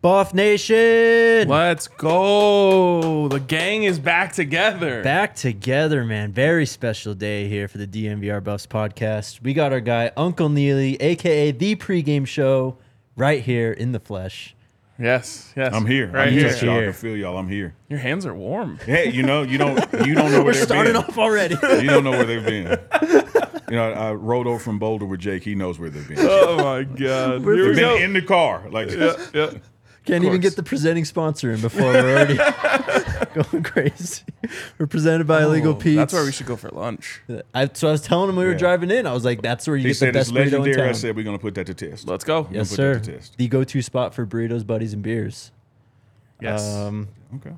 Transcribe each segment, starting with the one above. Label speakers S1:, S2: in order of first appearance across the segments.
S1: Buff Nation!
S2: Let's go. The gang is back together.
S1: Back together, man. Very special day here for the DMVR Buffs podcast. We got our guy, Uncle Neely, aka the pregame show, right here in the flesh.
S2: yes, yes.
S3: I'm here.
S2: Right
S3: I'm
S2: here.
S3: Yes, Y'all
S1: Here.
S3: can feel y'all. I'm here.
S2: Your hands are warm.
S3: Hey, you know, you don't you don't know where
S1: We're
S3: they've
S1: starting
S3: been.
S1: off already.
S3: You don't know where they've been. You know, I rode over from Boulder with Jake. He knows where they've been. They've
S2: Oh my god. Here we
S3: been
S2: go.
S3: in the car. Like
S2: yeah.
S1: Can't even
S2: course.
S1: get the presenting sponsor in before we're already going crazy. We're presented by Illegal
S2: Oh,
S1: Pete's.
S2: That's where we should go for lunch.
S1: I, so I was telling him we were
S3: Yeah.
S1: driving in. I was like, "That's where you
S3: he
S1: get the
S3: said
S1: best
S3: it's
S1: burrito in
S3: legendary. I
S1: town."
S3: said we're gonna put that to test.
S2: Let's go.
S1: yes,
S3: put that
S1: sir.
S3: to test.
S1: The go-to spot for burritos, buddies, and beers.
S2: Yes.
S1: Um,
S3: Okay.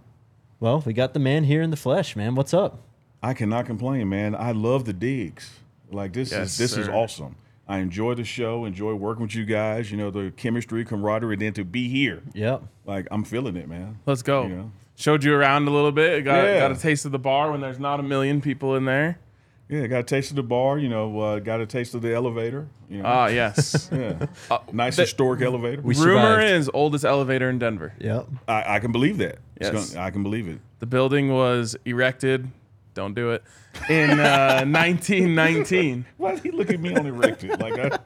S1: well, we got the man here in the flesh, man. What's up?
S3: I cannot complain, man. I love the digs. Like this
S2: Yes,
S3: is this is
S2: sir.
S3: awesome. I enjoy the show, enjoy working with you guys, you know, the chemistry, camaraderie, and then to be here.
S1: Yep.
S3: Like I'm feeling it, man.
S2: Let's go.
S3: Yeah.
S2: Showed you around a little bit. Got,
S3: Yeah.
S2: got a taste of the bar when there's not a million people in there.
S3: Yeah, got a taste of the bar, you know, uh, got a taste of the elevator. You know.
S2: Ah, yes.
S3: Yeah. nice historic elevator.
S1: We
S2: Rumor
S1: survived.
S2: is oldest elevator in Denver.
S1: Yep.
S3: I, I can believe that. It's
S2: Yes.
S3: gonna- I can believe it.
S2: The building was erected. Don't do it. In uh, 1919.
S3: Why did he look at me on erected? Like, I,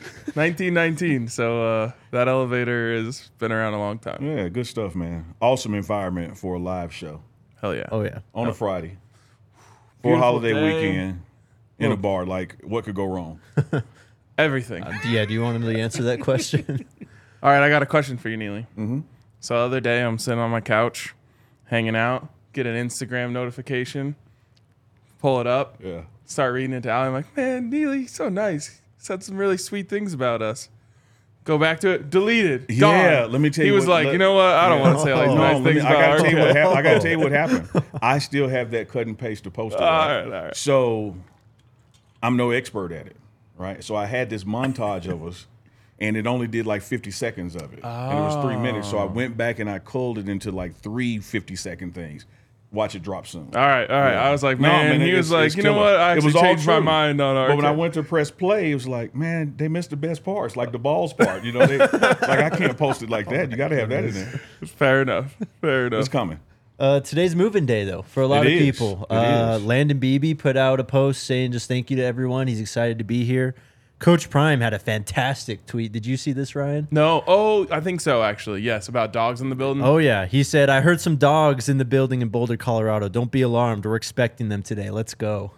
S2: 1919. So uh, that elevator has been around a long time.
S3: yeah, good stuff, man. Awesome environment for a live show
S2: Hell yeah.
S1: Oh yeah.
S3: on a Friday for a
S2: Beautiful
S3: holiday
S2: day.
S3: weekend in a bar. Like, what could go wrong?
S2: Everything. All
S1: Do- Yeah. Do you want him to answer that question?
S2: right, I got a question for you, Neely. Mm-hmm. So the other day, I'm sitting on my couch, hanging out, get an Instagram notification, pull it up,
S3: Yeah.
S2: start reading it to Allie. I'm like, man, Neely, he's so nice. Said some really sweet things about us. Go back to it. Deleted. Gone.
S3: Yeah, let me tell you
S2: He was
S3: what-
S2: like,
S3: let-
S2: you know what? I don't want to say all these
S3: Oh, No,
S2: nice
S3: let me-
S2: things
S3: I
S2: about
S3: gotta
S2: our
S3: tell you what
S2: guy.
S3: happened. I gotta tell you what happened. I still have that cut and paste to post. it, right?
S2: All right, all right.
S3: So I'm no expert at it, right? So I had this montage of us, and it only did like 50 seconds of it, and it was three minutes. So I
S2: Ah.
S3: went back and I culled it into like three 50 second things. Watch it drop soon.
S2: All right, all right. I was like,
S3: No,
S2: man, he
S3: it-
S2: was
S3: it's-
S2: like,
S3: it's
S2: you know
S3: killer.
S2: what? I
S3: It
S2: actually
S3: was all
S2: changed my
S3: true.
S2: mind on our.
S3: But when I went to press play, it was like, man, they missed the best parts, like the balls part. You know, they, like I can't post it like that. You got to have that in there.
S2: fair enough, fair enough.
S3: It's coming.
S1: Uh, today's moving day, though, for a lot
S3: It
S1: of
S3: is.
S1: people.
S3: It
S1: uh,
S3: is.
S1: Landon Beebe put out a post saying just thank you to everyone. He's excited to be here. Coach Prime had a fantastic tweet. Did you see this, Ryan?
S2: No, oh, I think so actually. Yes, about dogs in the building.
S1: Oh yeah, he said I heard some dogs in the building in Boulder, Colorado. Don't be alarmed. We're expecting them today. Let's go.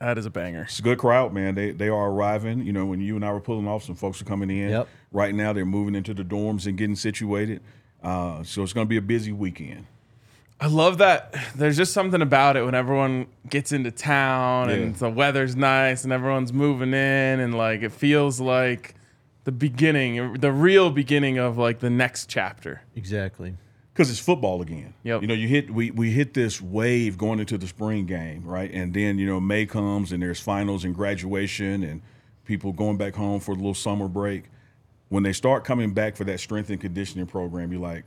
S2: That is a banger.
S3: It's a good crowd, man. They they are arriving. You know, when you and I were pulling off, some folks are coming in.
S1: Yep.
S3: Right now, they're moving into the dorms and getting situated. Uh, so it's going to be a busy weekend.
S2: I love that. There's just something about it when everyone gets into town and
S3: Yeah.
S2: the weather's nice and everyone's moving in and like it feels like the beginning, the real beginning of like the next chapter.
S1: Exactly.
S3: because it's football again.
S2: Yep.
S3: You know, you hit we we hit this wave going into the spring game, right? And then you know May comes and there's finals and graduation and people going back home for a little summer break. When they start coming back for that strength and conditioning program, you're like,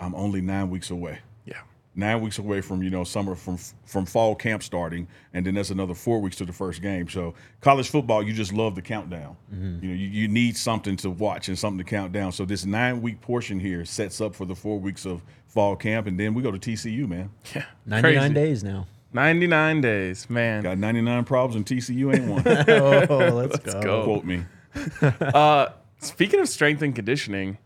S3: I'm only nine weeks away.
S2: Yeah.
S3: Nine weeks away from you know summer from from fall camp starting, and then that's another four weeks to the first game. So college football, you just love the countdown. You know, you, you need something to watch and something to count down. So this nine week portion here sets up for the four weeks of fall camp, and then we go to TCU. Man,
S2: Yeah.
S1: Ninety nine
S2: Crazy.
S1: days now.
S2: 99 days, man.
S3: got ninety nine problems, and TCU ain't one.
S1: Oh, let's,
S2: go.
S3: Quote me.
S2: Uh, Speaking of strength and conditioning,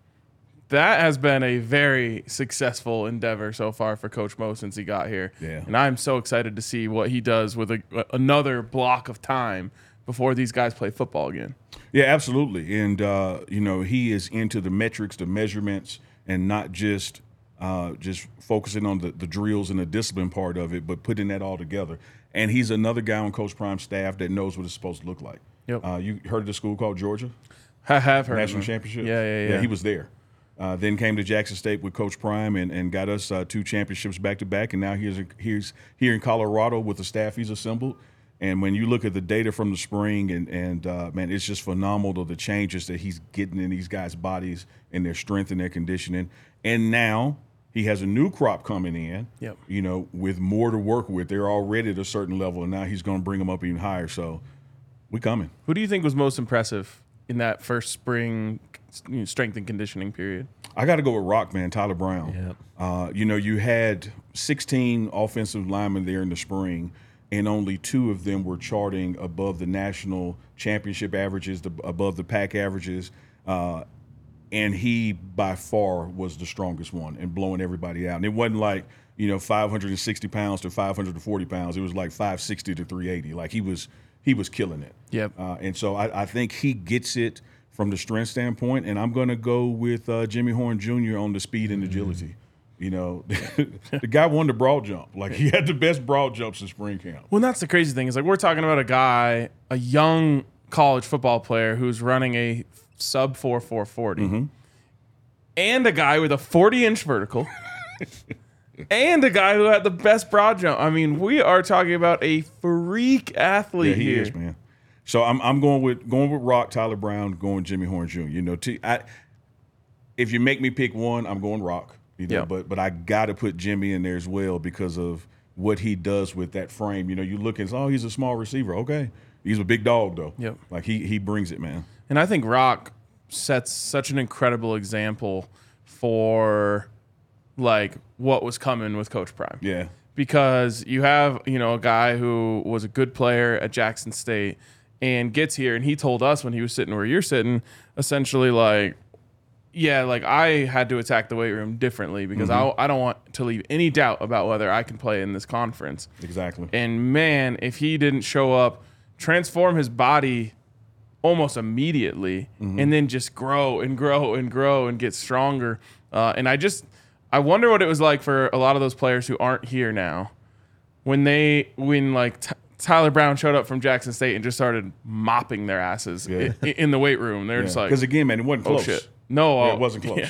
S2: that has been a very successful endeavor so far for Coach Mo since he got here.
S3: Yeah.
S2: And I'm so excited to see what he does with a, another block of time before these guys play football again.
S3: Yeah, absolutely. And uh, you know, he is into the metrics, the measurements, and not just uh, just focusing on the, the drills and the discipline part of it, but putting that all together. And he's another guy on Coach Prime's staff that knows what it's supposed to look like.
S2: Yep.
S3: Uh, you heard of the school called Georgia
S2: I have heard. of
S3: National
S2: him.
S3: Championship?
S2: Yeah, yeah, yeah.
S3: He was there. Uh, then came to Jackson State with Coach Prime and, and got us uh, two championships back to back. And now he's, he's here in Colorado with the staff he's assembled. And when you look at the data from the spring, and, and uh, man, it's just phenomenal the changes that he's getting in these guys' bodies and their strength and their conditioning. And now he has a new crop coming in,
S2: Yep.
S3: you know, with more to work with. They're already at a certain level, and now he's going to bring them up even higher. So we coming.
S2: Who do you think was most impressive in that first spring you know, strength and conditioning period.
S3: I got to go with Rock, man, Tyler Brown.
S1: Yep.
S3: Uh, you know, you had 16 offensive linemen there in the spring, and only two of them were charting above the national championship averages, the, above the pack averages. Uh, and he by far was the strongest one and blowing everybody out. And it wasn't like, you know, 560 pounds to 540 pounds. It was like 560 to 380. Like he was, he was killing it.
S2: Yep.
S3: Uh, and so I, I think he gets it from the strength standpoint. And I'm going to go with uh, Jimmy Horn Jr. on the speed and agility. You know, the guy won the broad jump. Like he had the best broad jumps in spring camp.
S2: Well, and that's the crazy thing is like we're talking about a guy, a young college football player who's running a sub four four
S3: Mm-hmm.
S2: forty, and a guy with a forty inch vertical, and a guy who had the best broad jump. I mean, we are talking about a freak athlete
S3: Yeah, he
S2: here.
S3: is, man. So I'm, I'm going with going with Rock, Tyler Brown, going Jimmy Horn Jr. You know, t- I, if you make me pick one, I'm going Rock. You know,
S2: Yeah.
S3: but but I got to put Jimmy in there as well because of what he does with that frame. You know, you look and say, oh, he's a small receiver. Okay, he's a big dog though.
S2: Yep.
S3: like he he brings it, man.
S2: And I think Rock sets such an incredible example for like what was coming with Coach Prime.
S3: Yeah.
S2: because you have you know a guy who was a good player at Jackson State and gets here and he told us when he was sitting where you're sitting essentially like yeah like I had to attack the weight room differently because I, I don't want to leave any doubt about whether I can play in this conference
S3: Exactly.
S2: and man if he didn't show up transform his body almost immediately
S3: Mm-hmm.
S2: and then just grow and grow and grow and get stronger. Uh, and I just, I wonder what it was like for a lot of those players who aren't here now when they, when like T- Tyler Brown showed up from Jackson State and just started mopping their asses i- i- in the weight room. They're just like,
S3: Because again, man, it wasn't
S2: oh
S3: close.
S2: shit. No,
S3: Yeah,
S2: oh,
S3: it wasn't close.
S2: yeah.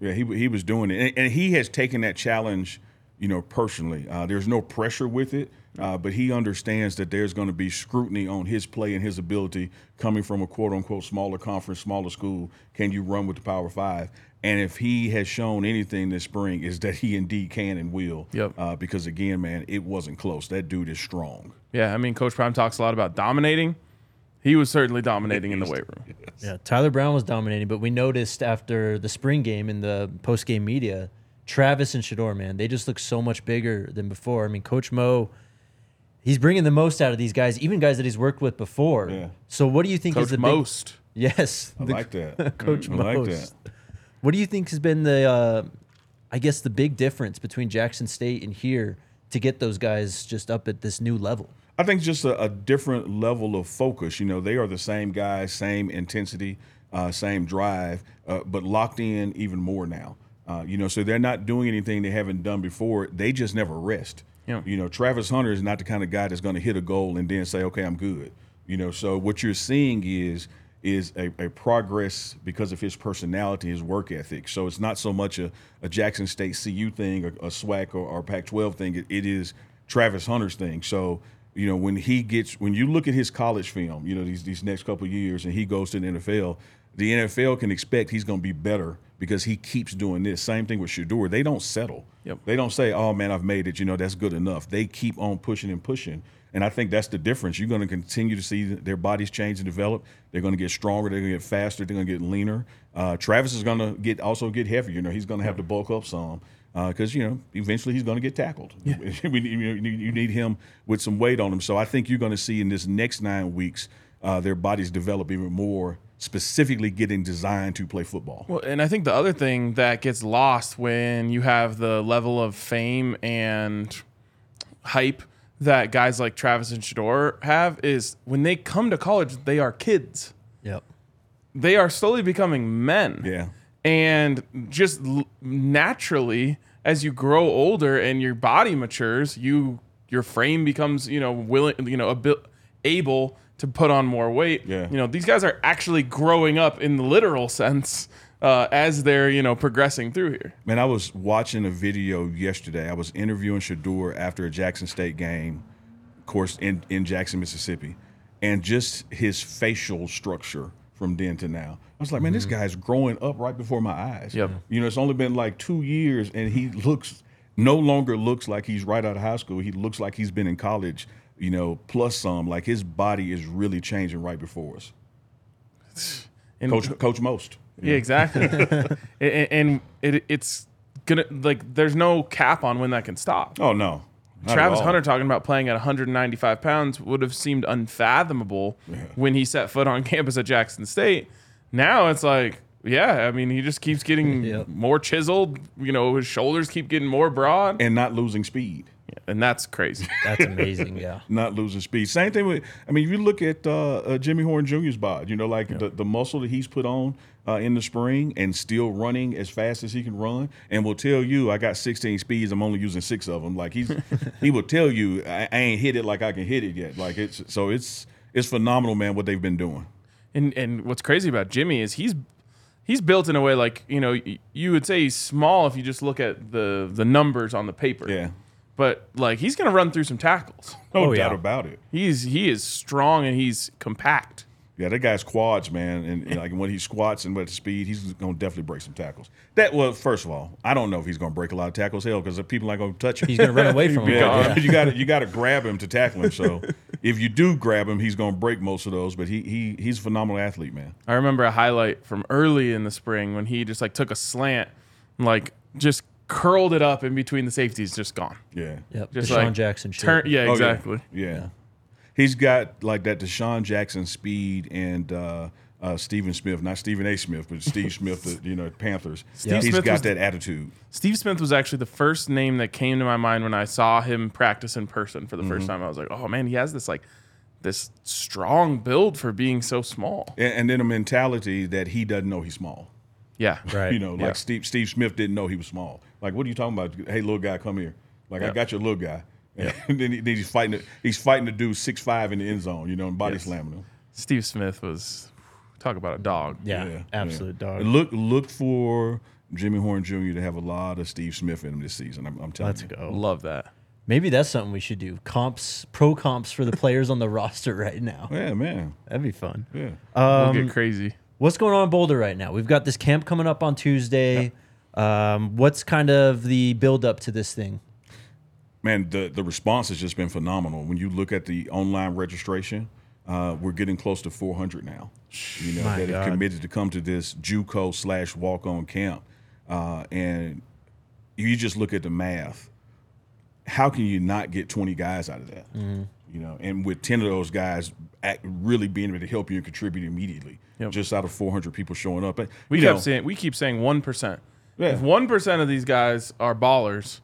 S3: Yeah, he he was doing it, and, and he has taken that challenge, you know, personally. Uh, there's no pressure with it, uh, but he understands that there's going to be scrutiny on his play and his ability coming from a quote unquote smaller conference, smaller school. Can you run with the Power Five? And if he has shown anything this spring, is that he indeed can and will.
S2: Yep.
S3: Uh, because again, man, it wasn't close. That dude is strong.
S2: Yeah. I mean, Coach Prime talks a lot about dominating. He was certainly dominating in the weight room.
S1: Yeah, Tyler Brown was dominating, but we noticed after the spring game in the post game media, Travis and Shador, man, they just look so much bigger than before. I mean, Coach Mo, he's bringing the most out of these guys, even guys that he's worked with before.
S3: Yeah.
S1: So, what do you think is
S2: Coach
S1: the big-
S2: Most.
S1: yes,
S3: I
S1: the-
S3: like that.
S1: Coach
S3: I
S1: Most.
S3: like that.
S1: What do you think has been the, uh, I guess, the big difference between Jackson State and here to get those guys just up at this new level?
S3: I think just a, a different level of focus. You know, they are the same guys, same intensity, uh, same drive, uh, but locked in even more now. Uh, you know, so they're not doing anything they haven't done before. They just never rest.
S2: Yeah.
S3: You know, Travis Hunter is not the kind of guy that's going to hit a goal and then say, "Okay, I'm good." You know, so what you're seeing is is a, a progress because of his personality, his work ethic. So it's not so much a, a Jackson State CU thing, a, a SWAC or, or Pac-12 thing. It- it is Travis Hunter's thing. So you know, when he gets when you look at his college film, you know these these next couple of years, and he goes to the NFL, the NFL can expect he's going to be better because he keeps doing this. Same thing with Shador. They don't settle.
S2: Yep.
S3: They don't say, "Oh man, I've made it." You know, that's good enough. They keep on pushing and pushing, and I think that's the difference. You're going to continue to see their bodies change and develop. They're going to get stronger. They're going to get faster. They're going to get leaner. Uh, Travis is going to get also get heavier. You know, he's going to have to bulk up some because Uh, you know eventually he's going to get tackled. we need, you, need, you need him with some weight on him. So I think you're going to see in this next nine weeks uh, their bodies develop even more, specifically getting designed to play football.
S2: Well, and I think the other thing that gets lost when you have the level of fame and hype that guys like Travis and Shador have is when they come to college, they are kids.
S1: Yep.
S2: They are slowly becoming men.
S3: Yeah.
S2: And just l- naturally, as you grow older and your body matures, you your frame becomes you know willing you know abil- able to put on more weight.
S3: Yeah.
S2: You know these guys are actually growing up in the literal sense uh, as they're you know progressing through here.
S3: Man, I was watching a video yesterday. I was interviewing Shador after a Jackson State game, of course, in, in Jackson, Mississippi, and just his facial structure from then to now. I was like, man, this guy's growing up right before my eyes.
S2: Mm-hmm. Yep.
S3: You know, it's only been like two years, and he looks no longer looks like he's right out of high school. He looks like he's been in college, you know, plus some. Like his body is really changing right before us.
S2: And
S3: Coach, Coach Most.
S2: Yeah, exactly. and and it, it's gonna like there's no cap on when that can stop.
S3: Oh no, Not at
S2: Travis
S3: all.
S2: Hunter talking about playing at 195 pounds would have seemed unfathomable when he set foot on campus at Jackson State. Now it's like, yeah, I mean, he just keeps getting
S1: Yep.
S2: more chiseled. You know, his shoulders keep getting more broad,
S3: and not losing speed.
S2: and that's crazy.
S1: That's amazing. Yeah.
S3: not losing speed. Same thing with, I mean, if you look at uh, uh, Jimmy Horn Jr.'s bod, you know, like the, the muscle that he's put on uh, in the spring and still running as fast as he can run, and will tell you, I got 16 speeds, I'm only using six of them. Like he's, he will tell you, I, I ain't hit it like I can hit it yet. Like it's, so it's, it's phenomenal, man, what they've been doing.
S2: And and what's crazy about Jimmy is he's he's built in a way like you know y- you would say he's small if you just look at the the numbers on the paper.
S3: Yeah.
S2: But like he's gonna run through some tackles.
S3: No
S1: Oh, yeah.
S3: doubt about it.
S2: He's he is strong and he's compact.
S3: Yeah, that guy's quads, man, and, and, like when he squats and at the speed, he's gonna definitely break some tackles. That well, first of all, I don't know if he's gonna break a lot of tackles, hell, because people aren't gonna touch him.
S1: He's gonna run away from him.
S3: Yeah,
S2: gone.
S3: but you got to you got to grab him to tackle him. So if you do grab him, he's going to break most of those. But he he he's a phenomenal athlete, man.
S2: I remember a highlight from early in the spring when he just like took a slant and like just curled it up in between the safeties, just gone.
S3: Yeah.
S1: Yep.
S2: Just
S1: Deshaun
S2: like
S1: Jackson. Shit.
S2: Turn, yeah,
S3: Oh,
S2: exactly.
S3: Yeah. Yeah. He's got like that Deshaun Jackson speed and uh, uh, Stephen Smith, not Stephen A. Smith, but Steve Smith, the, you know, Panthers.
S2: Steve
S3: He's
S2: Smith was-
S3: got that attitude.
S2: Steve Smith was actually the first name that came to my mind when I saw him practice in person for the first time. I was like, oh man, he has this like this strong build for being so small.
S3: And, and then a mentality that he doesn't know he's small.
S2: Yeah.
S1: Right.
S3: You know, like
S2: Yeah.
S3: Steve Steve Smith didn't know he was small. Like, what are you talking about? Hey, little guy, come here. Like, I
S2: Yeah.
S3: got your little guy. and then, he, then he's fighting. the- He's fighting the dude six five in the end zone. You know, and body slamming him.
S2: Steve Smith was talk about a dog.
S1: Yeah.
S3: Yeah,
S1: absolute
S3: yeah.
S1: dog.
S3: Look, look for Jimmy Horn Jr. to have a lot of Steve Smith in him this season. I'm, I'm telling
S1: Let's
S3: you.
S1: go.
S2: Love that.
S1: Maybe that's something we should do. Comps, pro comps for the players on the roster right now.
S3: Yeah, man.
S1: That'd be fun.
S3: Yeah.
S1: Um,
S2: we'll get crazy.
S1: What's going on in Boulder right now? We've got this camp coming up on Tuesday. Um, what's kind of the build up to this thing?
S3: man, the the response has just been phenomenal. When you look at the online registration, uh, we're getting close to 400 now. You know that have committed to come to this JUCO slash walk on camp, uh, and you just look at the math. How can you not get 20 guys out of that?
S2: Mm-hmm.
S3: You know, and with 10 of those guys act, really being able to help you and contribute immediately,
S2: Yep.
S3: just out of 400 people showing up. And,
S2: We
S3: you
S2: kept
S3: know,
S2: saying we keep saying one percent.
S3: Yeah.
S2: If one percent of these guys are ballers,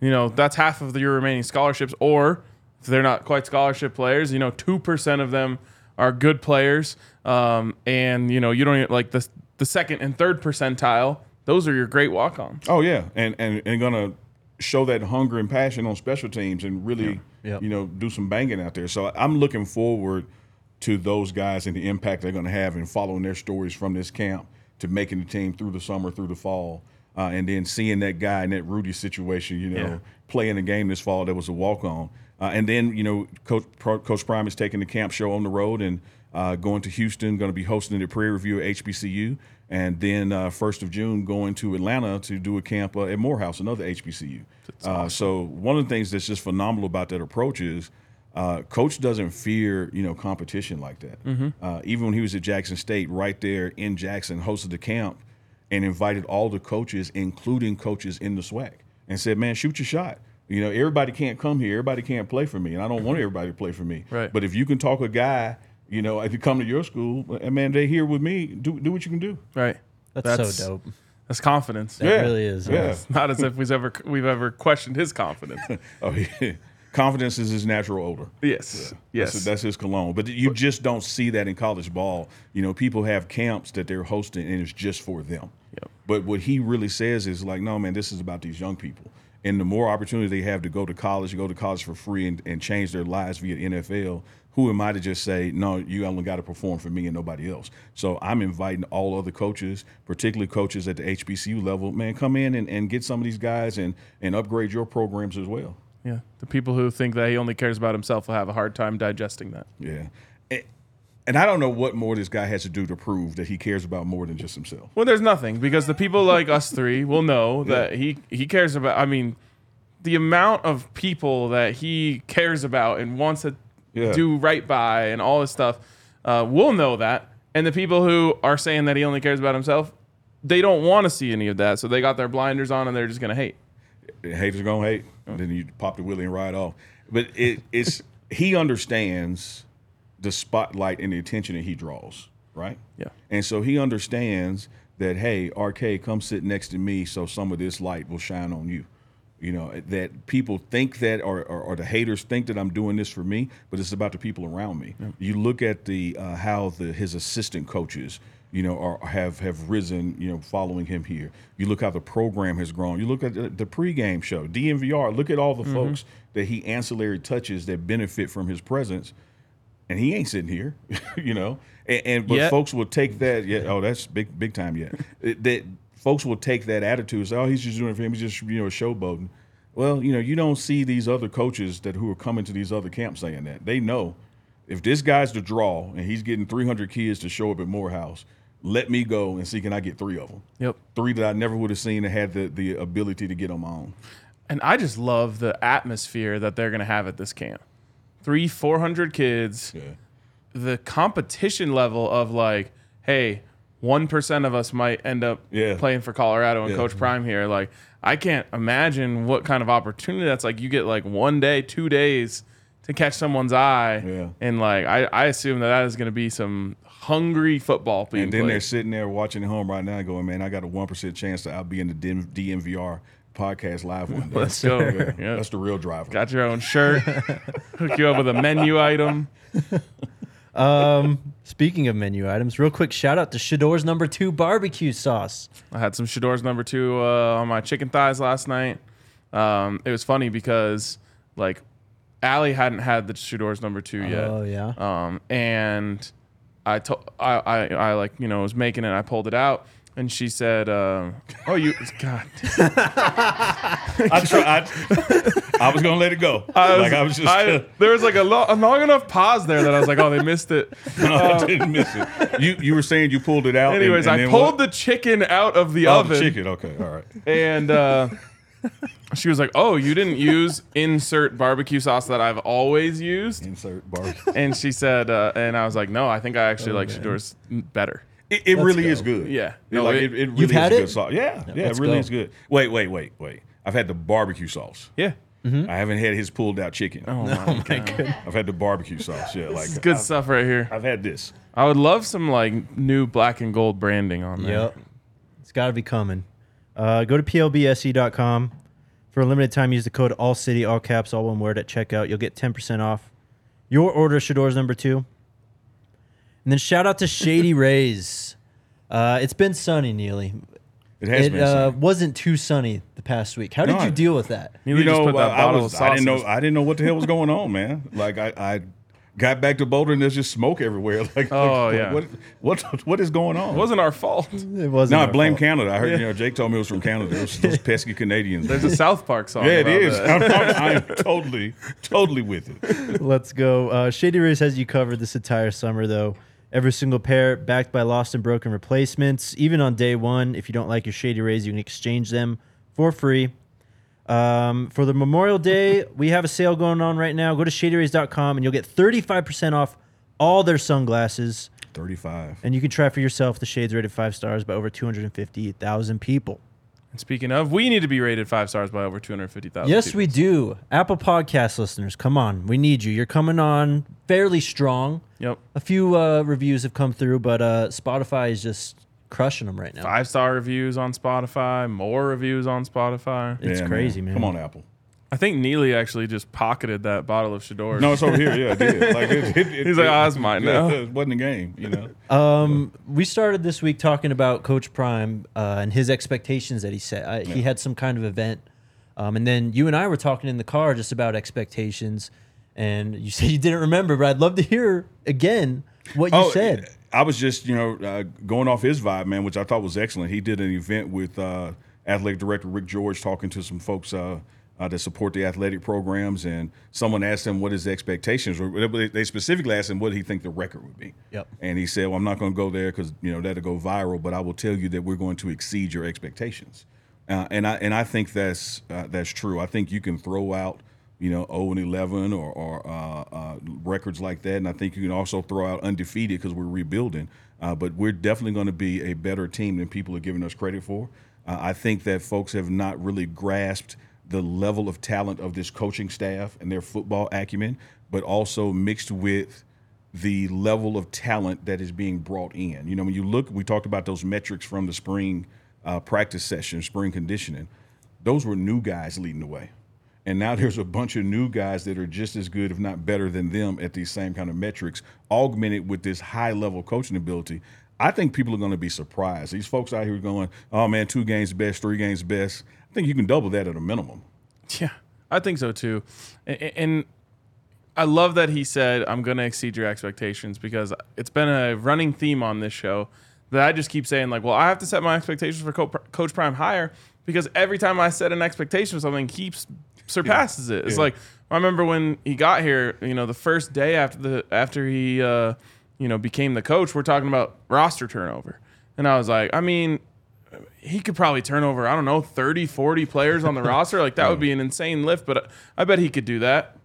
S2: you know that's half of the, your remaining scholarships. Or if they're not quite scholarship players, you know two percent of them are good players. Um, and you know you don't even, like the the second and third percentile. Those are your great walk ons.
S3: Oh yeah, and and and gonna show that hunger and passion on special teams and really
S1: Yeah.
S3: you know do some banging out there. So I'm looking forward to those guys and the impact they're gonna have and following their stories from this camp to making the team through the summer through the fall. Uh, and then seeing that guy in that Rudy situation, you know,
S2: Yeah.
S3: playing a game this fall that was a walk on. Uh, and then, you know, Coach, Pro, Coach Prime is taking the camp show on the road and uh, going to Houston, going to be hosting the Prairie Review at HBCU. And then, uh, 1st of June, going to Atlanta to do a camp uh, at Morehouse, another HBCU. Uh, so, one of the things that's just phenomenal about that approach is uh, coach doesn't fear you know competition like that. Uh, even when he was at Jackson State, right there in Jackson, hosted the camp and invited all the coaches, including coaches in the SWAC, and said, "Man, shoot your shot. You know, everybody can't come here. Everybody can't play for me, and I don't want everybody to play for me.
S2: Right.
S3: But if you can talk a guy, you know, if you come to your school, and man, they here with me. Do do what you can do.
S2: Right.
S1: That's, so dope.
S2: That's confidence.
S1: That really is.
S3: Yeah.
S1: Yes.
S2: Not as if we've ever we've ever questioned his confidence.
S3: Oh, yeah. Confidence is his natural odor.
S2: Yes. Yes.
S3: That's, that's his cologne. But you just don't see that in college ball. You know, people have camps that they're hosting and it's just for them.
S2: Yep.
S3: But what he really says is like, no, man, this is about these young people. And the more opportunity they have to go to college, go to college for free and, and change their lives via NFL, who am I to just say, no, you only got to perform for me and nobody else? So I'm inviting all other coaches, particularly coaches at the HBCU level, man, come in and, and get some of these guys and, and upgrade your programs as well.
S2: yeah. The people who think that he only cares about himself will have a hard time digesting that.
S3: Yeah. And, and I don't know what more this guy has to do to prove that he cares about more than just himself.
S2: Well, there's nothing because the people like us three will know that he he cares about. I mean, the amount of people that he cares about and wants to
S3: Yeah.
S2: do right by and all this stuff, uh, we'll know that, And the people who are saying that he only cares about himself, they don't want to see any of that. So they got their blinders on and they're just going to hate.
S3: haters gonna hate. Then you pop the wheelie and ride off. But it, it's he understands the spotlight and the attention that he draws, right?
S2: Yeah.
S3: And so he understands that hey, RK, come sit next to me, so some of this light will shine on you. You know that people think that, or, or, or the haters think that I'm doing this for me, but it's about the people around me. You look at the uh, how the his assistant coaches, you know, are, have have risen, you know, following him here. You look how the program has grown. You look at the, the pregame show, DMVR. Look at all the folks that he ancillary touches that benefit from his presence and he ain't sitting here, you know. And, and but
S2: Yet.
S3: folks will take that. Yeah, oh, that's big, big time. Yet It- that folks will take that attitude. and Say, oh, he's just doing it for him. He's just you know showboating. Well, you know, you don't see these other coaches that who are coming to these other camps saying that they know if this guy's the draw and he's getting 300 kids to show up at Morehouse, let me go and see can I get three of them,
S2: Yep.
S3: three that I never would have seen and had the the ability to get on my own.
S2: And I just love the atmosphere that they're going to have at this camp. Three, 400 kids.
S3: Yeah.
S2: The competition level of like, hey, 1% of us might end up
S3: Yeah.
S2: playing for Colorado and
S3: Yeah.
S2: Coach Prime here. Like, I can't imagine what kind of opportunity that's like. You get like one day, two days to catch someone's eye.
S3: Yeah.
S2: And like, I, I assume that that is going to be some hungry football being
S3: And then
S2: played.
S3: they're sitting there watching at home right now, going, "Man, I got a one percent chance that I'll be in the DM- DMVR podcast live one day."
S2: Let's go.
S3: Yeah,
S2: Yeah.
S3: That's the real driver.
S2: Got your own shirt. Hook you up with a menu item.
S1: Um, speaking of menu items, real quick shout out to Shador's number two barbecue sauce.
S2: I had some Shador's number two uh, on my chicken thighs last night. Um, it was funny because like Allie hadn't had the Shador's number two yet.
S1: Oh yeah.
S2: Um, and I told I, I I like you know was making it. I pulled it out, and she said, uh, "Oh, you God."
S3: I, tried. I was gonna let it go.
S2: I was,
S3: like I was just,
S2: I- there was like a, lo- a long enough pause there that I was like, "Oh, they missed it."
S3: I didn't miss it. You you were saying you pulled it out. and-
S2: uh, Anyways,
S3: and
S2: I
S3: then
S2: pulled
S3: what?
S2: the chicken out of the
S3: Oh,
S2: oven.
S3: the chicken. Okay, all right.
S2: and uh, she was like, "Oh, you didn't use insert barbecue sauce that I've always used."
S3: Insert barbecue.
S2: And she said, uh, and I was like, "No, I think I actually
S3: Oh,
S2: like Shador's better."
S3: It, it really
S1: go.
S3: is good.
S2: Yeah.
S3: It,
S2: No,
S3: like
S2: it-
S3: it, it really
S1: You've
S3: is
S1: had
S3: a
S1: it?
S3: good sauce. Yeah, yeah,
S1: let's
S3: it really
S1: go.
S3: is good. Wait, wait, wait, wait. I've had the barbecue sauce.
S2: Yeah,
S1: Hmm?
S3: I haven't had his pulled out chicken.
S2: oh my god,
S3: I've had the barbecue sauce. Yeah, like
S2: good stuff right here.
S3: I've had this.
S2: I would love some like new black and gold branding on there.
S1: Yep. It's got to be coming. Uh, go to plbse.com. For a limited time, use the code all city, all caps, all one word at checkout. You'll get 10% off your order, Shador's number two. And then shout out to Shady Rays. Uh, it's been sunny, Neely.
S3: It has
S1: It
S3: been.
S1: uh,
S3: something.
S1: wasn't too sunny the past week. How did
S3: No, I-
S1: you deal with that?
S2: Neely just put that
S3: I- I,
S2: bottle
S3: was,
S2: of
S3: I didn't know.
S2: sausage-
S3: I didn't know what the hell was going on, man. Like I, I got back to Boulder and there's just smoke everywhere. Like,
S2: Oh,
S3: like,
S2: yeah.
S3: what, what what is going on?
S2: It wasn't our fault.
S1: It wasn't.
S3: no, I
S1: our
S3: blame
S1: fault.
S3: Canada. I heard you know Jake told me it was from Canada. It was those pesky Canadians.
S2: There's a South Park song.
S3: yeah, it
S2: about
S3: is.
S2: that.
S3: I'm, I'm- I am totally, totally with it.
S1: Let's go. Uh, Shady Rays has you covered this entire summer, though. Every single pair backed by lost and broken replacements. Even on day one, if you don't like your Shady Rays, you can exchange them for free. Um, for the Memorial Day, we have a sale going on right now. Go to shadyrays.com and you'll get 35% off all their sunglasses.
S3: Thirty-five.
S1: And you can try for yourself the shades rated five stars by over 250,000 people.
S2: And Speaking of, we need to be rated five stars by over two hundred fifty thousand.
S1: Yes, we do. Apple Podcast listeners, come on. We need you. You're coming on fairly strong.
S2: Yep.
S1: A few uh, reviews have come through, but uh, Spotify is just crushing them right now.
S2: Five star reviews on Spotify. More reviews on Spotify.
S1: It's crazy, man.
S3: Come on, Apple.
S2: I think Neely actually just pocketed that bottle of Shador.
S3: No, it's over here. Yeah, I did. Like, it, it, it,
S2: He's like,
S3: it-
S2: "Oh, it's mine now."
S3: It wasn't a game, you know.
S1: Um, we started this week talking about Coach Prime uh, and his expectations that he set. I, He had some kind of event, um, and then you and I were talking in the car just about expectations, and you said you didn't remember, but I'd love to hear again what
S3: Oh,
S1: you said.
S3: I was just, you know, uh, going off his vibe, man, which I thought was excellent. He did an event with uh, athletic director Rick George talking to some folks uh, uh, that support the athletic programs, and someone asked him what his expectations were. They- They specifically asked him what he think the record would be.
S1: Yep.
S3: And he said, "Well, I'm not going to go there because you know that'll go viral, but I will tell you that we're going to exceed your expectations." Uh, and I and I think that's uh, that's true. I think you can throw out you know, 0 and 11 or, or uh, uh, records like that. And I think you can also throw out undefeated because we're rebuilding. Uh, but we're definitely going to be a better team than people are giving us credit for. Uh, I think that folks have not really grasped the level of talent of this coaching staff and their football acumen, but also mixed with the level of talent that is being brought in. You know, when you look, we talked about those metrics from the spring uh, practice session, spring conditioning. Those were new guys leading the way. And now there's a bunch of new guys that are just as good, if not better than them, at these same kind of metrics, augmented with this high level coaching ability. I think people are going to be surprised. These folks out here going, oh man, two games best, three games best. I think you can double that at a minimum.
S2: Yeah, I think so too. A- a- And I love that he said, I'm going to exceed your expectations because it's been a running theme on this show that I just keep saying, like, well, I have to set my expectations for Co- Coach Prime higher because every time I set an expectation for something, he keeps surpasses it. It's
S3: Yeah.
S2: like, I remember when he got here, you know, the first day after the after he uh, you know, became the coach, we're talking about roster turnover. And I was like, I mean, he could probably turn over, I don't know, 30, 40 players on the roster. Like that would be an insane lift, but I bet he could do that.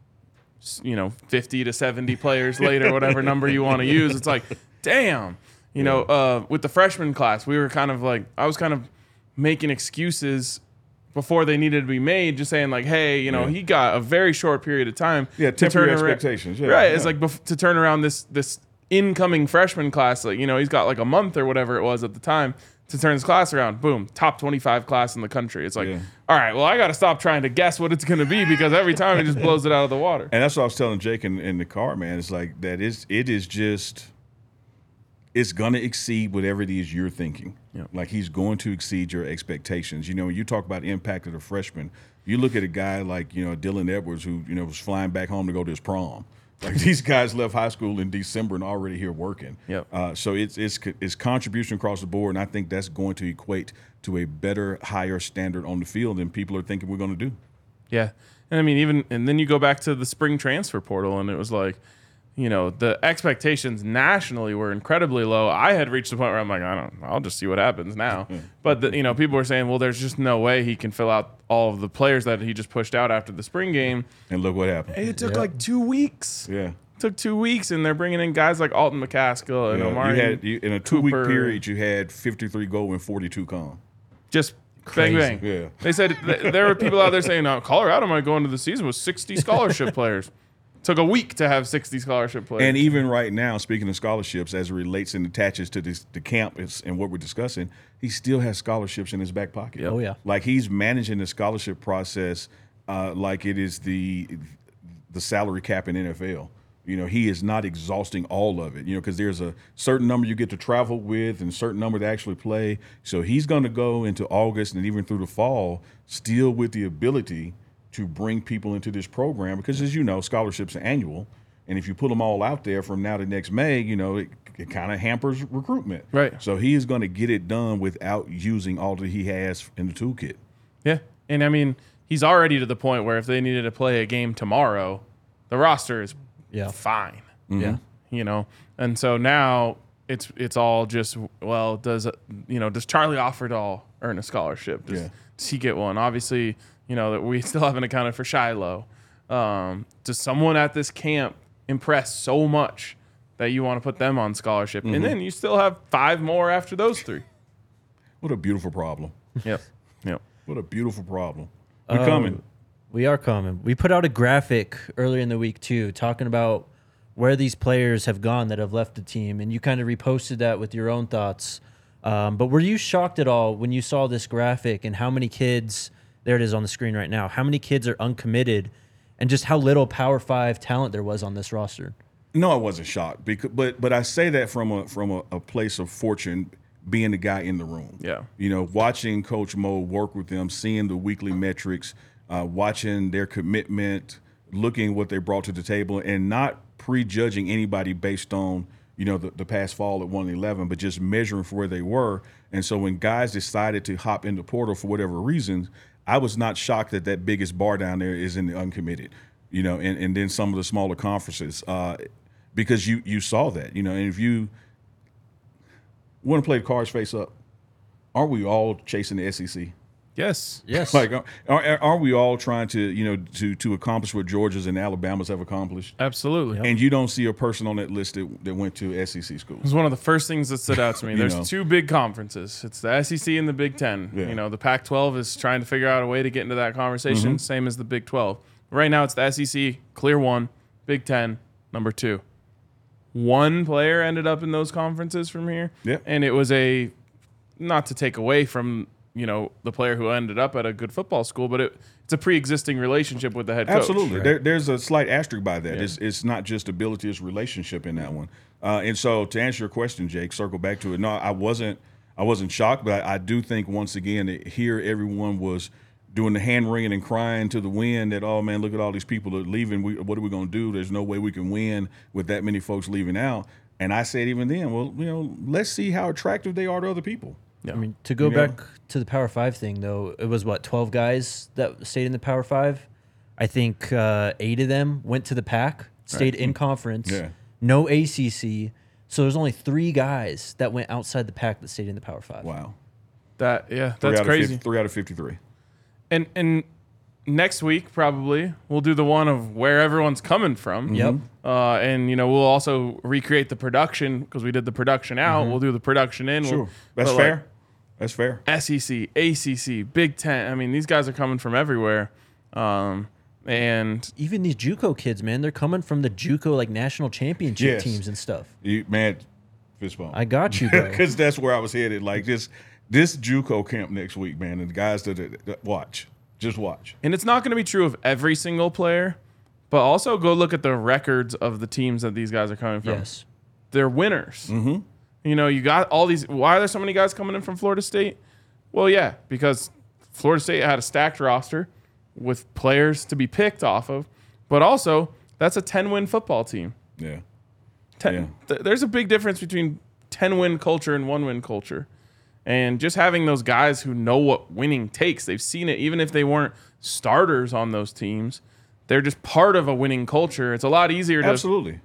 S2: S- You know, 50 to 70 players later, whatever number you want to use. It's like, damn. You know, uh, with the freshman class, we were kind of like, I was kind of making excuses before they needed to be made, just saying like, hey, you know, he got a very short period of time.
S3: Yeah,
S2: to
S3: temper your
S2: turn arou-
S3: expectations. Yeah,
S2: right. It's
S3: yeah.
S2: like bef- to turn around this this incoming freshman class. Like you know, he's got like a month or whatever it was at the time to turn his class around. Boom, top twenty five class in the country. It's like,
S3: Yeah.
S2: all right, well, I got to stop trying to guess what it's going to be because every time he just blows it out of the water.
S3: And that's what I was telling Jake in, in the car, man. It's like that is it is just it's gonna exceed whatever it is you're thinking. Like he's going to exceed your expectations. You know, when you talk about impact of the freshman, you look at a guy like, you know, Dylan Edwards who, you know, was flying back home to go to his prom. Like these guys left high school in December and already here working.
S2: Yep.
S3: Uh, so it's, it's it's contribution across the board, and I think that's going to equate to a better, higher standard on the field than people are thinking we're going to do.
S2: Yeah. And I mean, even, and then you go back to the spring transfer portal, and it was like, you know, the expectations nationally were incredibly low. I had reached the point where I'm like, I don't, I'll just see what happens now. but, the, you know, people were saying, well, there's just no way he can fill out all of the players that he just pushed out after the spring game.
S3: And look what happened.
S2: It took
S1: Yeah.
S2: like two weeks.
S3: Yeah.
S2: took two weeks, and they're bringing in guys like Alton McCaskill and
S3: Yeah,
S2: Omari.
S3: you had you, in a two week
S2: Cooper.
S3: period, you had fifty three goal and forty two con.
S2: just
S1: Crazy.
S2: bang bang.
S3: Yeah.
S2: They said th- there were people out there saying, "No, Colorado might go into the season with 60 scholarship players." Took a week to have 60 scholarship players.
S3: And even right now, speaking of scholarships, as it relates and attaches to this, the camp is- and what we're discussing, he still has scholarships in his back pocket.
S1: Oh, yeah.
S3: like he's managing the scholarship process uh, like it is the the salary cap in NFL. You know, he is not exhausting all of it. You know, because there's a certain number you get to travel with and a certain number to actually play. So he's going to go into August and even through the fall still with the ability to bring people into this program because, as you know, scholarships are annual. And if you put them all out there from now to next May, you know, it, it kind of hampers recruitment.
S2: Right.
S3: So he is going to get it done without using all that he has in the toolkit.
S2: yeah, and I mean, he's already to the point where if they needed to play a game tomorrow, the roster is
S1: Yeah.
S2: fine.
S1: Yeah.
S2: you know and so now it's it's all just well does you know does charlie offerdahl earn a scholarship does,
S3: Yeah.
S2: does he get one obviously you know that we still haven't accounted for shiloh um, does someone at this camp impress so much that you want to put them on scholarship and then you still have five more after those three
S3: What a beautiful problem.
S2: yep yep
S3: What a beautiful problem. We're coming.
S1: We are coming. We put out a graphic earlier in the week too, talking about where these players have gone that have left the team, and you kind of reposted that with your own thoughts. Um, but were you shocked at all when you saw this graphic and how many kids? There it is on the screen right now. How many kids are uncommitted, and just how little Power Five talent there was on this roster?
S3: No, I wasn't shocked, because, but but I say that from a from a, a place of fortune, being the guy in the room.
S2: Yeah.
S3: you know, watching Coach Mo work with them, seeing the weekly metrics, uh, watching their commitment, looking what they brought to the table, and not prejudging anybody based on you know the, the past fall at one eleven, but just measuring for where they were. And so when guys decided to hop into portal for whatever reasons, I was not shocked that that biggest bar down there is in the uncommitted. You know, and, and then some of the smaller conferences, uh, because you you saw that. You know, and if you want to play the cards face up, aren't we all chasing the SEC?
S2: Yes.
S1: Yes.
S3: Like, are, are are we all trying to, you know, to to accomplish what Georgia's and Alabama's have accomplished?
S2: Absolutely.
S3: And you don't see a person on that list that, that went to E SEC schools.
S2: It was one of the first things that stood out to me. There's
S3: know.
S2: two big conferences. It's the SEC and the Big Ten.
S3: Yeah.
S2: You know, the Pac-12 is trying to figure out a way to get into that conversation,
S3: Mm-hmm.
S2: same as the Big 12. Right now, it's the SEC clear one, Big Ten number two. One player ended up in those conferences from here,
S3: Yeah.
S2: and it was a not to take away from you know the player who ended up at a good football school, but it, it's a pre-existing relationship with the head coach.
S3: Absolutely. There, there's a slight asterisk by that. It's, it's not just ability, it's relationship in that one. Uh, and so to answer your question, Jake, circle back to it. No, I wasn't I wasn't shocked, but I, I do think once again that here everyone was doing the hand wringing and crying to the wind that oh man look at all these people that are leaving we, what are we going to do there's no way we can win with that many folks leaving out and i said even then well you know let's see how attractive they are to other people
S1: I mean, to go
S3: You know?
S1: back to the Power Five thing, though, it was what twelve guys that stayed in the Power Five. I think uh, eight of them went to the pack, stayed in conference.
S3: Yeah.
S1: No ACC. So there's only three guys that went outside the pack that stayed in the Power Five.
S3: wow
S2: That yeah,
S3: Three
S2: that's
S3: out of
S2: crazy.
S3: 50 three out of 53
S2: and and next week probably we'll do the one of where everyone's coming from.
S1: Yep.
S3: Mm-hmm.
S2: Uh, and you know we'll also recreate the production because we did the production out. We'll do the production in. We'll-
S3: Mm-hmm. sure that's
S2: but, like, E
S3: fair that's fair
S2: SEC, ACC, Big Ten. I mean, these guys are coming from everywhere. Um, and
S1: Even these JUCO kids, man, they're coming from the JUCO like national championship
S3: Yes.
S1: teams and stuff.
S3: you, man fist bump
S1: I got you, bro.
S3: because that's where I was headed. Like just this JUCO camp next week, man, and the guys that, that- that- watch, just watch.
S2: and it's not going to be true of every single player, but also go look at the records of the teams that these guys are coming from.
S1: yes.
S2: they're winners. Mm-hmm. You know, you got all these. Why are there so many guys coming in from Florida State? Well, yeah, because Florida State had a stacked roster with players to be picked off of, but also that's a 10 win football team.
S3: Yeah,
S2: Ten,
S3: Yeah.
S2: th- there's a big difference between 10 win culture and one win culture. And just having those guys who know what winning takes, they've seen it, even if they weren't starters on those teams, they're just part of a winning culture. It's a lot easier to
S3: absolutely.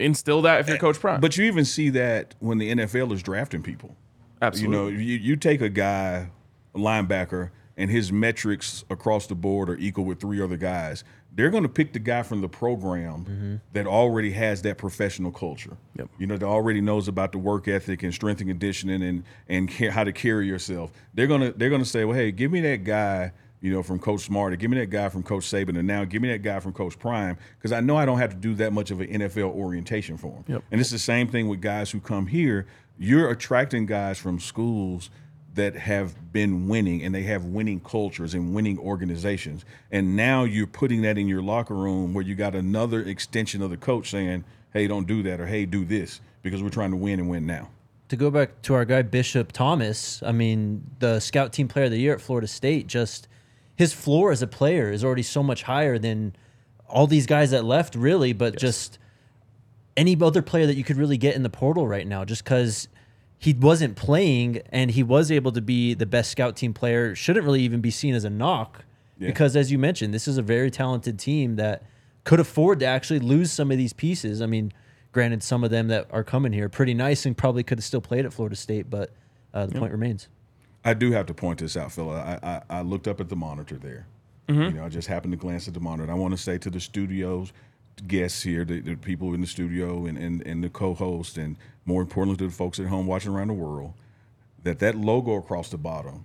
S2: instill that if you're Coach Prime.
S3: But you even see that when the NFL is drafting people.
S2: absolutely.
S3: You know, you, you take a guy, a linebacker, and his metrics across the board are equal with three other guys. They're going to pick the guy from the program that already has that professional culture.
S2: Mm-hmm. Yep.
S3: You know, that already knows about the work ethic and strength and conditioning and and ca- how to carry yourself. They're gonna they're gonna say, well, hey, give me that guy. You know, from Coach Smart, or give me that guy from Coach Saban, and now give me that guy from Coach Prime, because I know I don't have to do that much of an NFL orientation for him.
S2: Yep.
S3: And it's the same thing with guys who come here. You're attracting guys from schools that have been winning and they have winning cultures and winning organizations. And now you're putting that in your locker room where you got another extension of the coach saying, hey, don't do that or hey, do this because we're trying to win and win now.
S1: to go back to our guy Bishop Thomas, I mean, the scout team player of the year at Florida State, just his floor as a player is already so much higher than all these guys that left, really, but just any other player that you could really get in the portal right now, just because he wasn't playing and he was able to be the best scout team player, shouldn't really even be seen as a knock. Because as you mentioned, this is a very talented team that could afford to actually lose some of these pieces. I mean, granted, some of them that are coming here are pretty nice and probably could have still played at Florida State, but uh, the point remains.
S3: I do have to point this out, fella. I, I, I looked up at the monitor there. You know, I just happened to glance at the monitor. And I want to say to the studio's guests here, the, the people in the studio and, and, and the co-host, and more importantly to the folks at home watching around the world, that that logo across the bottom,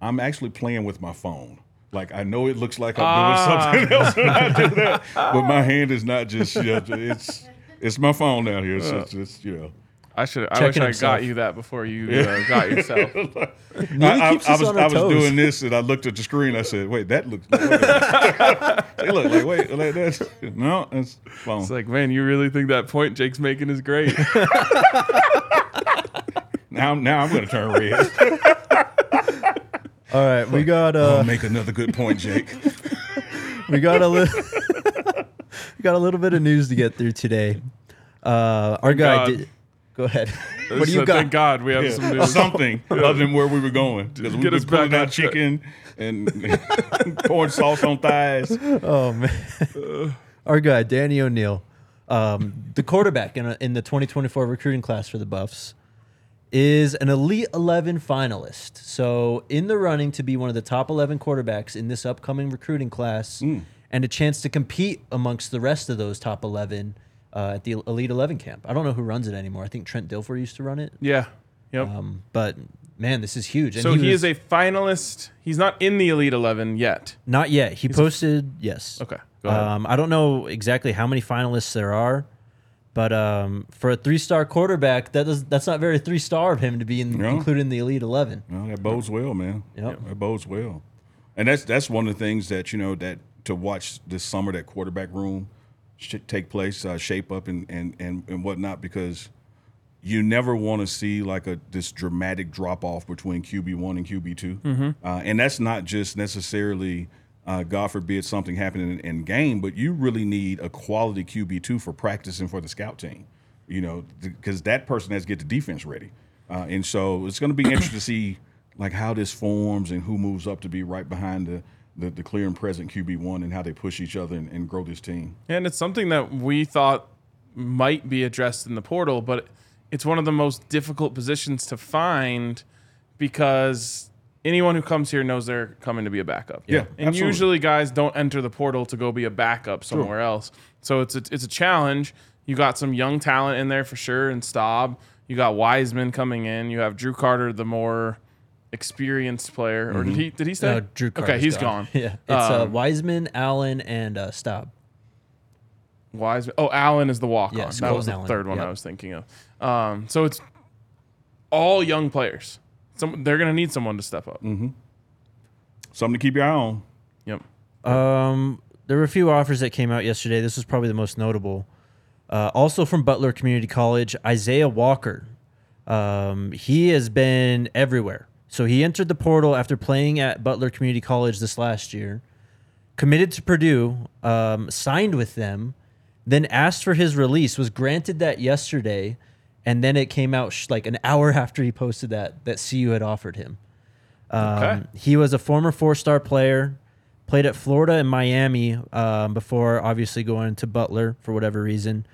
S3: I'm actually playing with my phone. Like I know it looks like I'm doing something else when I do that, but my hand is not just you know, it's it's my phone down here. So it's, it's you know.
S2: I should. I
S1: Checking
S2: wish I
S1: himself.
S2: got you that before you uh, got yourself.
S1: Really
S3: I, I,
S1: keeps
S3: I
S1: us
S3: was,
S1: on our
S3: I was
S1: toes.
S3: doing this and I looked at the screen. I said, "Wait, that looks." Wait a minute. they look like wait, like that's no, that's phone.
S2: It's like, man, you really think that point Jake's making is great?
S3: now, now I'm gonna turn red.
S1: All right, we got
S3: I'll
S2: Oh,
S1: uh,
S3: make another good point, Jake.
S1: we got a little we got a little bit of news to get through today. Uh, our guy
S2: God.
S1: did. Go ahead. what do
S2: So
S1: you got?
S2: Thank God we have
S3: Yeah,
S2: some news.
S3: Something other than where we were going because we've
S2: Get
S3: been
S2: us back
S3: pulling
S2: on
S3: out
S2: track.
S3: chicken and pouring sauce on thighs.
S1: Oh man, our guy Danny O'Neill, um, the quarterback in, a, in the 2024 recruiting class for the Buffs, is an Elite 11 finalist. So, in the running to be one of the top 11 quarterbacks in this upcoming recruiting class and a chance to compete amongst the rest of those top 11 uh, at the Elite 11 camp. I don't know who runs it anymore. I think Trent Dilfer used to run it.
S2: Yeah. Yep.
S1: Um, but man, this is huge. And
S2: so he
S1: was-
S2: is a finalist. He's not in the Elite 11 yet.
S1: Not yet. He posted yes.
S2: Okay, go ahead.
S1: Um, I don't know exactly how many finalists there are, but um, for a three-star quarterback, that does, that's not very three-star of him to be in,
S3: No.
S1: included in the elite eleven.
S3: No, that bodes well, man.
S1: Yep.
S3: That bodes well. And that's that's one of the things that you know that to watch this summer that quarterback room sh- take place, uh, shape up, and and and and whatnot because. You never want to see like a this dramatic drop off between QB one and QB 2 uh, and that's not just necessarily, uh, God forbid, something happening in, in game, but you really need a quality QB two for practice and for the scout team, you know, because that person has to get the defense ready, uh, and so it's going to be interesting to see like how this forms and who moves up to be right behind the the, the clear and present QB one and how they push each other and, and grow this team.
S2: And it's something that we thought might be addressed in the portal, but it's one of the most difficult positions to find because anyone who comes here knows they're coming to be a backup.
S3: Yeah,
S2: And
S3: absolutely.
S2: usually guys don't enter the portal to go be a backup somewhere else. So it's a, it's a challenge. You got some young talent in there for sure and Staub. You got Wiseman coming in. You have Drew Carter, the more experienced player. Or did he did he stay?
S1: Mm-hmm. No, Drew. Carter's
S2: okay, he's
S1: gone.
S2: gone.
S1: Yeah, it's uh,
S2: um,
S1: Wiseman, Allen, and uh, Staub.
S2: Wiseman. Oh, Allen is the walk on.
S1: Yes,
S2: that
S1: Colton
S2: was the
S1: Allen,
S2: third one
S1: yep.
S2: I was thinking of. Um, so it's all young players. Some they're gonna need someone to step up.
S1: Mm-hmm.
S3: Something to keep your eye on.
S2: Yep.
S1: Um, there were a few offers that came out yesterday. This was probably the most notable. Uh, also from Butler Community College, Isaiah Walker. Um, he has been everywhere. So he entered the portal after playing at Butler Community College this last year, committed to Purdue, um, signed with them, then asked for his release, was granted that yesterday, and then it came out sh- like an hour after he posted that that CU had offered him.
S2: Okay.
S1: Um, He was a former four-star player, played at Florida and Miami um, before obviously going to Butler for whatever reason,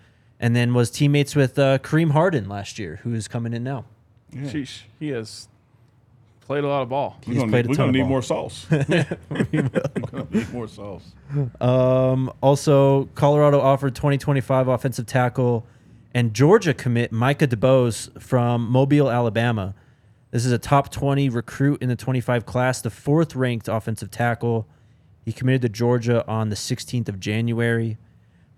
S1: and then was teammates with uh, Kareem Harden last year, who is coming in now.
S2: Sheesh. He has played a lot of ball.
S3: We're
S1: He's
S3: gonna
S1: played
S3: need,
S1: a ton
S3: we're gonna
S1: of
S3: need
S1: ball.
S3: more sauce. we're gonna need more sauce.
S1: Um, also, Colorado offered 2025 offensive tackle and Georgia commit Micah DeBose from Mobile, Alabama. This is a top 20 recruit in the 25 class, the fourth ranked offensive tackle. He committed to Georgia on the 16th of January,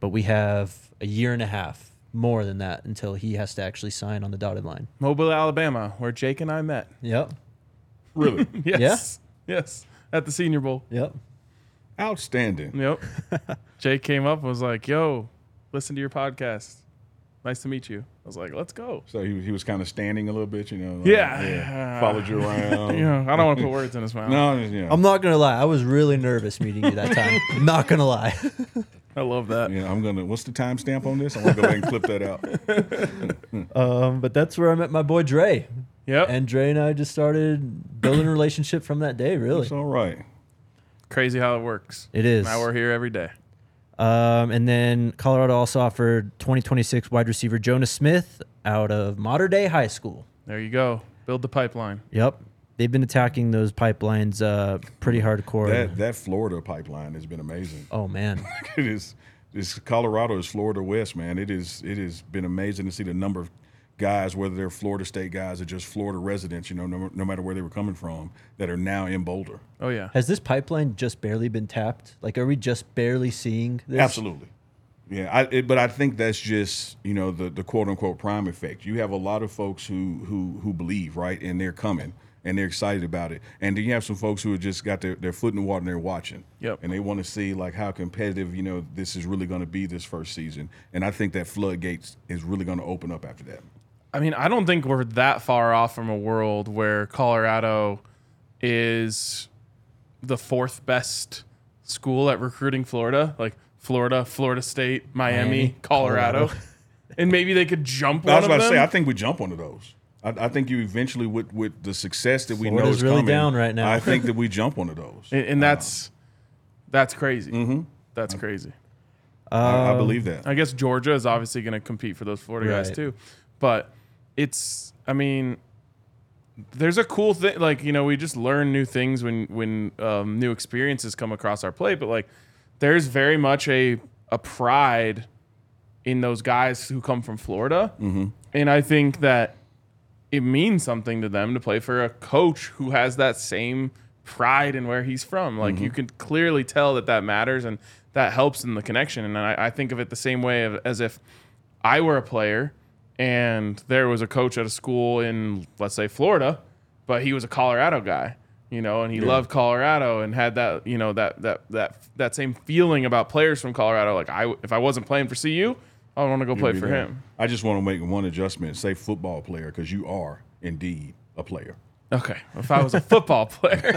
S1: but we have a year and a half more than that until he has to actually sign on the dotted line.
S2: Mobile, Alabama, where Jake and I met.
S1: Yep.
S3: Really.
S2: Yes. Yes. At the Senior Bowl.
S1: Yep.
S3: Outstanding.
S2: Yep. Jake came up and was like, "Yo, listen to your podcast. Nice to meet you." I was like, "Let's go."
S3: So he, he was kind of standing a little bit, you know. like,
S2: Yeah.
S3: Followed you around.
S2: You know, I don't want to put words in his mouth.
S3: No, yeah.
S1: I'm not going to lie. I was really nervous meeting you that time. I'm not going to lie.
S2: I love that.
S3: yeah, I'm gonna. What's the timestamp on this? I'm gonna go ahead and clip that out.
S1: Um, but that's where I met my boy Dre.
S2: Yep.
S1: and Dre and I just started building a relationship from that day. Really,
S3: It's all right.
S2: Crazy how it works.
S1: it is.
S2: Now we're here every day.
S1: Um, and then Colorado also offered 2026 wide receiver Jonas Smith out of Modern Day High School.
S2: There you go. Build the pipeline.
S1: Yep, they've been attacking those pipelines uh, pretty hardcore.
S3: That that Florida pipeline has been amazing.
S1: oh man,
S3: It is. It's Colorado is Florida West, man. It is. It has been amazing to see the number of guys, whether they're Florida State guys or just Florida residents, you know, no, no matter where they were coming from, that are now in Boulder.
S2: Oh yeah.
S1: has this pipeline just barely been tapped? Like, are we just barely seeing this?
S3: Absolutely. Yeah, I, it, but I think that's just you know the the quote unquote prime effect. You have a lot of folks who who who believe right, and they're coming and they're excited about it, and then you have some folks who have just got their, their foot in the water and they're watching.
S2: Yep.
S3: And they want to see like how competitive you know this is really going to be this first season, and I think that floodgates is really going to open up after that.
S2: I mean, I don't think we're that far off from a world where Colorado is the fourth best school at recruiting Florida, like Florida, Florida State, Miami,
S1: Miami,
S2: Colorado. and maybe they could jump
S3: I
S2: one
S3: was
S2: of
S3: about
S2: them.
S3: to say I think we jump one of those. I, I think you eventually with with the success that we know
S1: Florida's
S3: is
S1: really
S3: coming,
S1: down right now.
S3: I think that we jump one of those.
S2: and, and that's that's crazy.
S3: Mm-hmm.
S2: That's crazy.
S1: Um,
S3: I, I believe that.
S2: I guess Georgia is obviously going to compete for those Florida guys
S1: Right.
S2: too, but it's I mean, there's a cool thing like you know we just learn new things when when um, new experiences come across our plate, but like there's very much a a pride in those guys who come from Florida, and I think that it means something to them to play for a coach who has that same pride in where he's from. Like
S3: Mm-hmm.
S2: you can clearly tell that that matters and that helps in the connection. And I, I think of it the same way of, as if I were a player and there was a coach at a school in, let's say, Florida, but he was a Colorado guy, you know, and he loved Colorado and had that, you know, that that that that same feeling about players from Colorado. Like I, if I wasn't playing for CU, I would want to go play
S3: be
S2: for
S3: there.
S2: him.
S3: I just want to make one adjustment. Say football player because you are indeed a player.
S2: Okay, if I was a football player.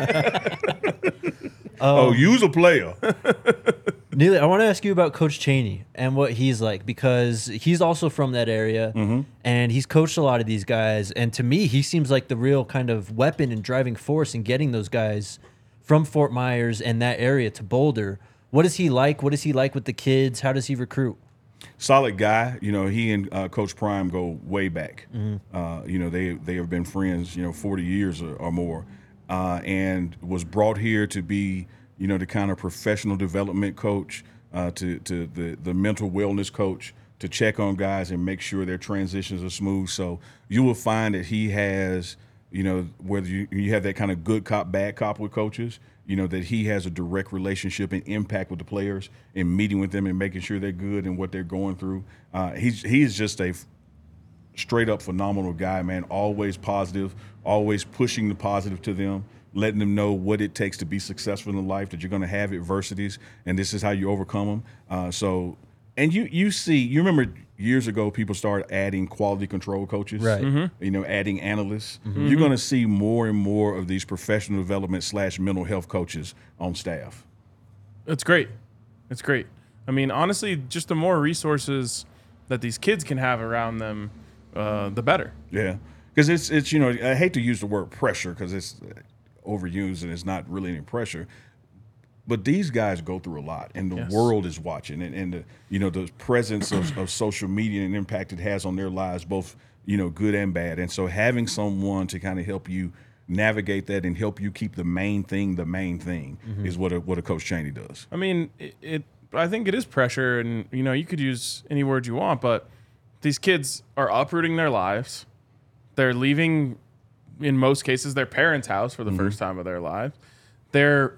S3: oh, you's a player.
S1: Neely, I want to ask you about Coach Cheney and what he's like because he's also from that area and he's coached a lot of these guys. And to me, he seems like the real kind of weapon and driving force in getting those guys from Fort Myers and that area to Boulder. What is he like? What is he like with the kids? How does he recruit?
S3: solid guy. You know, he and uh, Coach Prime go way back. Uh, you know, they they have been friends. You know, forty years or, or more, uh, and was brought here to be you know the kind of professional development coach, uh, to to the the mental wellness coach to check on guys and make sure their transitions are smooth. So you will find that he has you know, whether you, you have that kind of good cop, bad cop with coaches, you know, that he has a direct relationship and impact with the players and meeting with them and making sure they're good and what they're going through. Uh, he's, he is just a f- straight up phenomenal guy, man. Always positive, always pushing the positive to them, letting them know what it takes to be successful in life, that you're going to have adversities and this is how you overcome them. Uh, so, and you, you see, you remember years ago, people started adding quality control coaches
S1: Right. Mhm.
S3: you know, adding analysts. You're going to see more and more of these professional development slash mental health coaches on staff.
S2: It's great. It's great. I mean, honestly, just the more resources that these kids can have around them, uh, the better.
S3: Yeah, because it's it's you know I hate to use the word pressure because it's overused and it's not really any pressure. But these guys go through a lot, and the
S2: Yes.
S3: world is watching, and, and the you know the presence of, of social media and impact it has on their lives, both you know good and bad. And so having someone to kind of help you navigate that and help you keep the main thing the main thing is what a, what a coach Cheney does.
S2: I mean, it, it. I think it is pressure, and you know, you could use any word you want, but these kids are uprooting their lives. They're leaving, in most cases, their parents' house for the first time of their lives. They're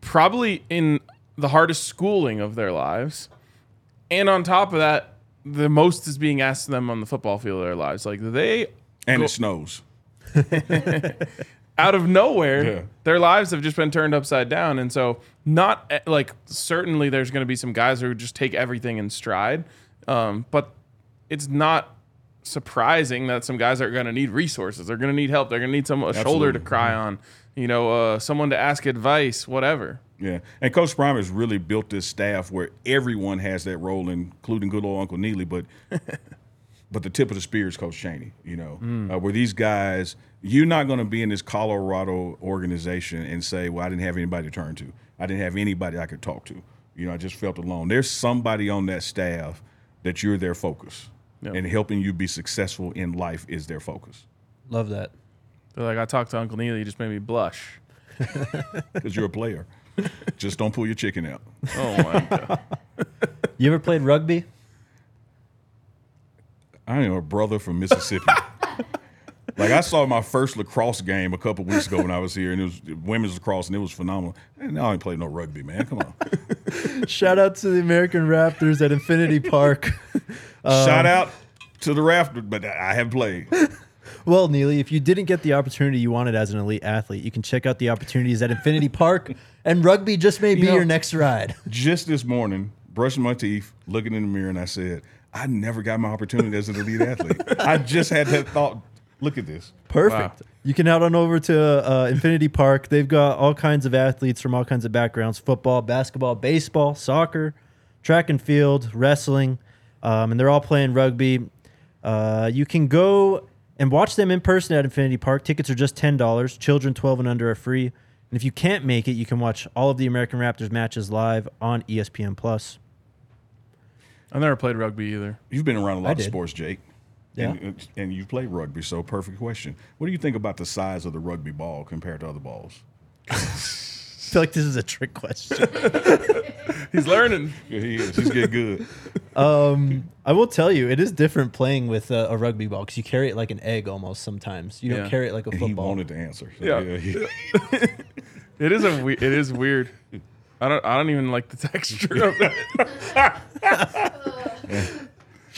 S2: probably in the hardest schooling of their lives, and on top of that, the most is being asked of them on the football field of their lives. Like they
S3: And it snows.
S2: out of nowhere,
S3: Yeah.
S2: their lives have just been turned upside down. And so, not eh, like certainly there's going to be some guys who just take everything in stride, um, but it's not surprising that some guys are going to need resources. They're going to need help. They're going to need some a shoulder to
S3: Absolutely.
S2: cry on. You know, uh, someone to ask advice, whatever.
S3: Yeah, and Coach Prime has really built this staff where everyone has that role, including good old Uncle Neely. But but the tip of the spear is Coach Cheney. You know, uh, where these guys, you're not going to be in this Colorado organization and say, "Well, I didn't have anybody to turn to. I didn't have anybody I could talk to. You know, I just felt alone." There's somebody on that staff that you're their focus,
S2: Yeah.
S3: and helping you be successful in life is their focus
S1: Love that.
S2: They're like, I talked to Uncle Neely, he just made me blush.
S3: because you're a player. just don't pull your chicken out.
S2: Oh my god!
S1: You ever played rugby?
S3: I am a brother from Mississippi. like I saw my first lacrosse game a couple weeks ago when I was here, and it was women's lacrosse, and it was phenomenal. And now I ain't played no rugby, man. Come on.
S1: Shout out to the American Raptors at Infinity Park.
S3: Shout out to the rafter, but I have played.
S1: Well, Neely, if you didn't get the opportunity you wanted as an elite athlete, you can check out the opportunities at Infinity Park, and rugby just may be
S3: know-
S1: your next ride.
S3: Just this morning, brushing my teeth, looking in the mirror, and I said, I never got my opportunity as an elite athlete. I just had that thought. Look at this.
S1: Perfect.
S2: Wow.
S1: You can head on over to uh, Infinity Park. They've got all kinds of athletes from all kinds of backgrounds football, basketball, baseball, soccer, track and field, wrestling, um, and they're all playing rugby. Uh, you can go and watch them in person at Infinity Park. Tickets are just $10. Children 12 and under are free. And if you can't make it, you can watch all of the American Raptors matches live on E ESPN Plus.
S2: I've never played rugby either.
S3: You've been around a lot of
S1: did.
S3: sports, Jake. And, and you play rugby, so perfect question. What do you think about the size of the rugby ball compared to other balls?
S4: feel like this is a trick question.
S2: He's learning.
S3: Yeah, he is. He's getting good.
S1: I will tell you, it is different playing with a, a rugby ball because you carry it like an egg almost sometimes. You
S2: Yeah.
S1: don't carry it like a
S3: And he
S1: football.
S3: wanted to answer. So,
S2: Yeah.
S3: he-
S2: It is a we- it is weird. I don't I don't even like the texture of it.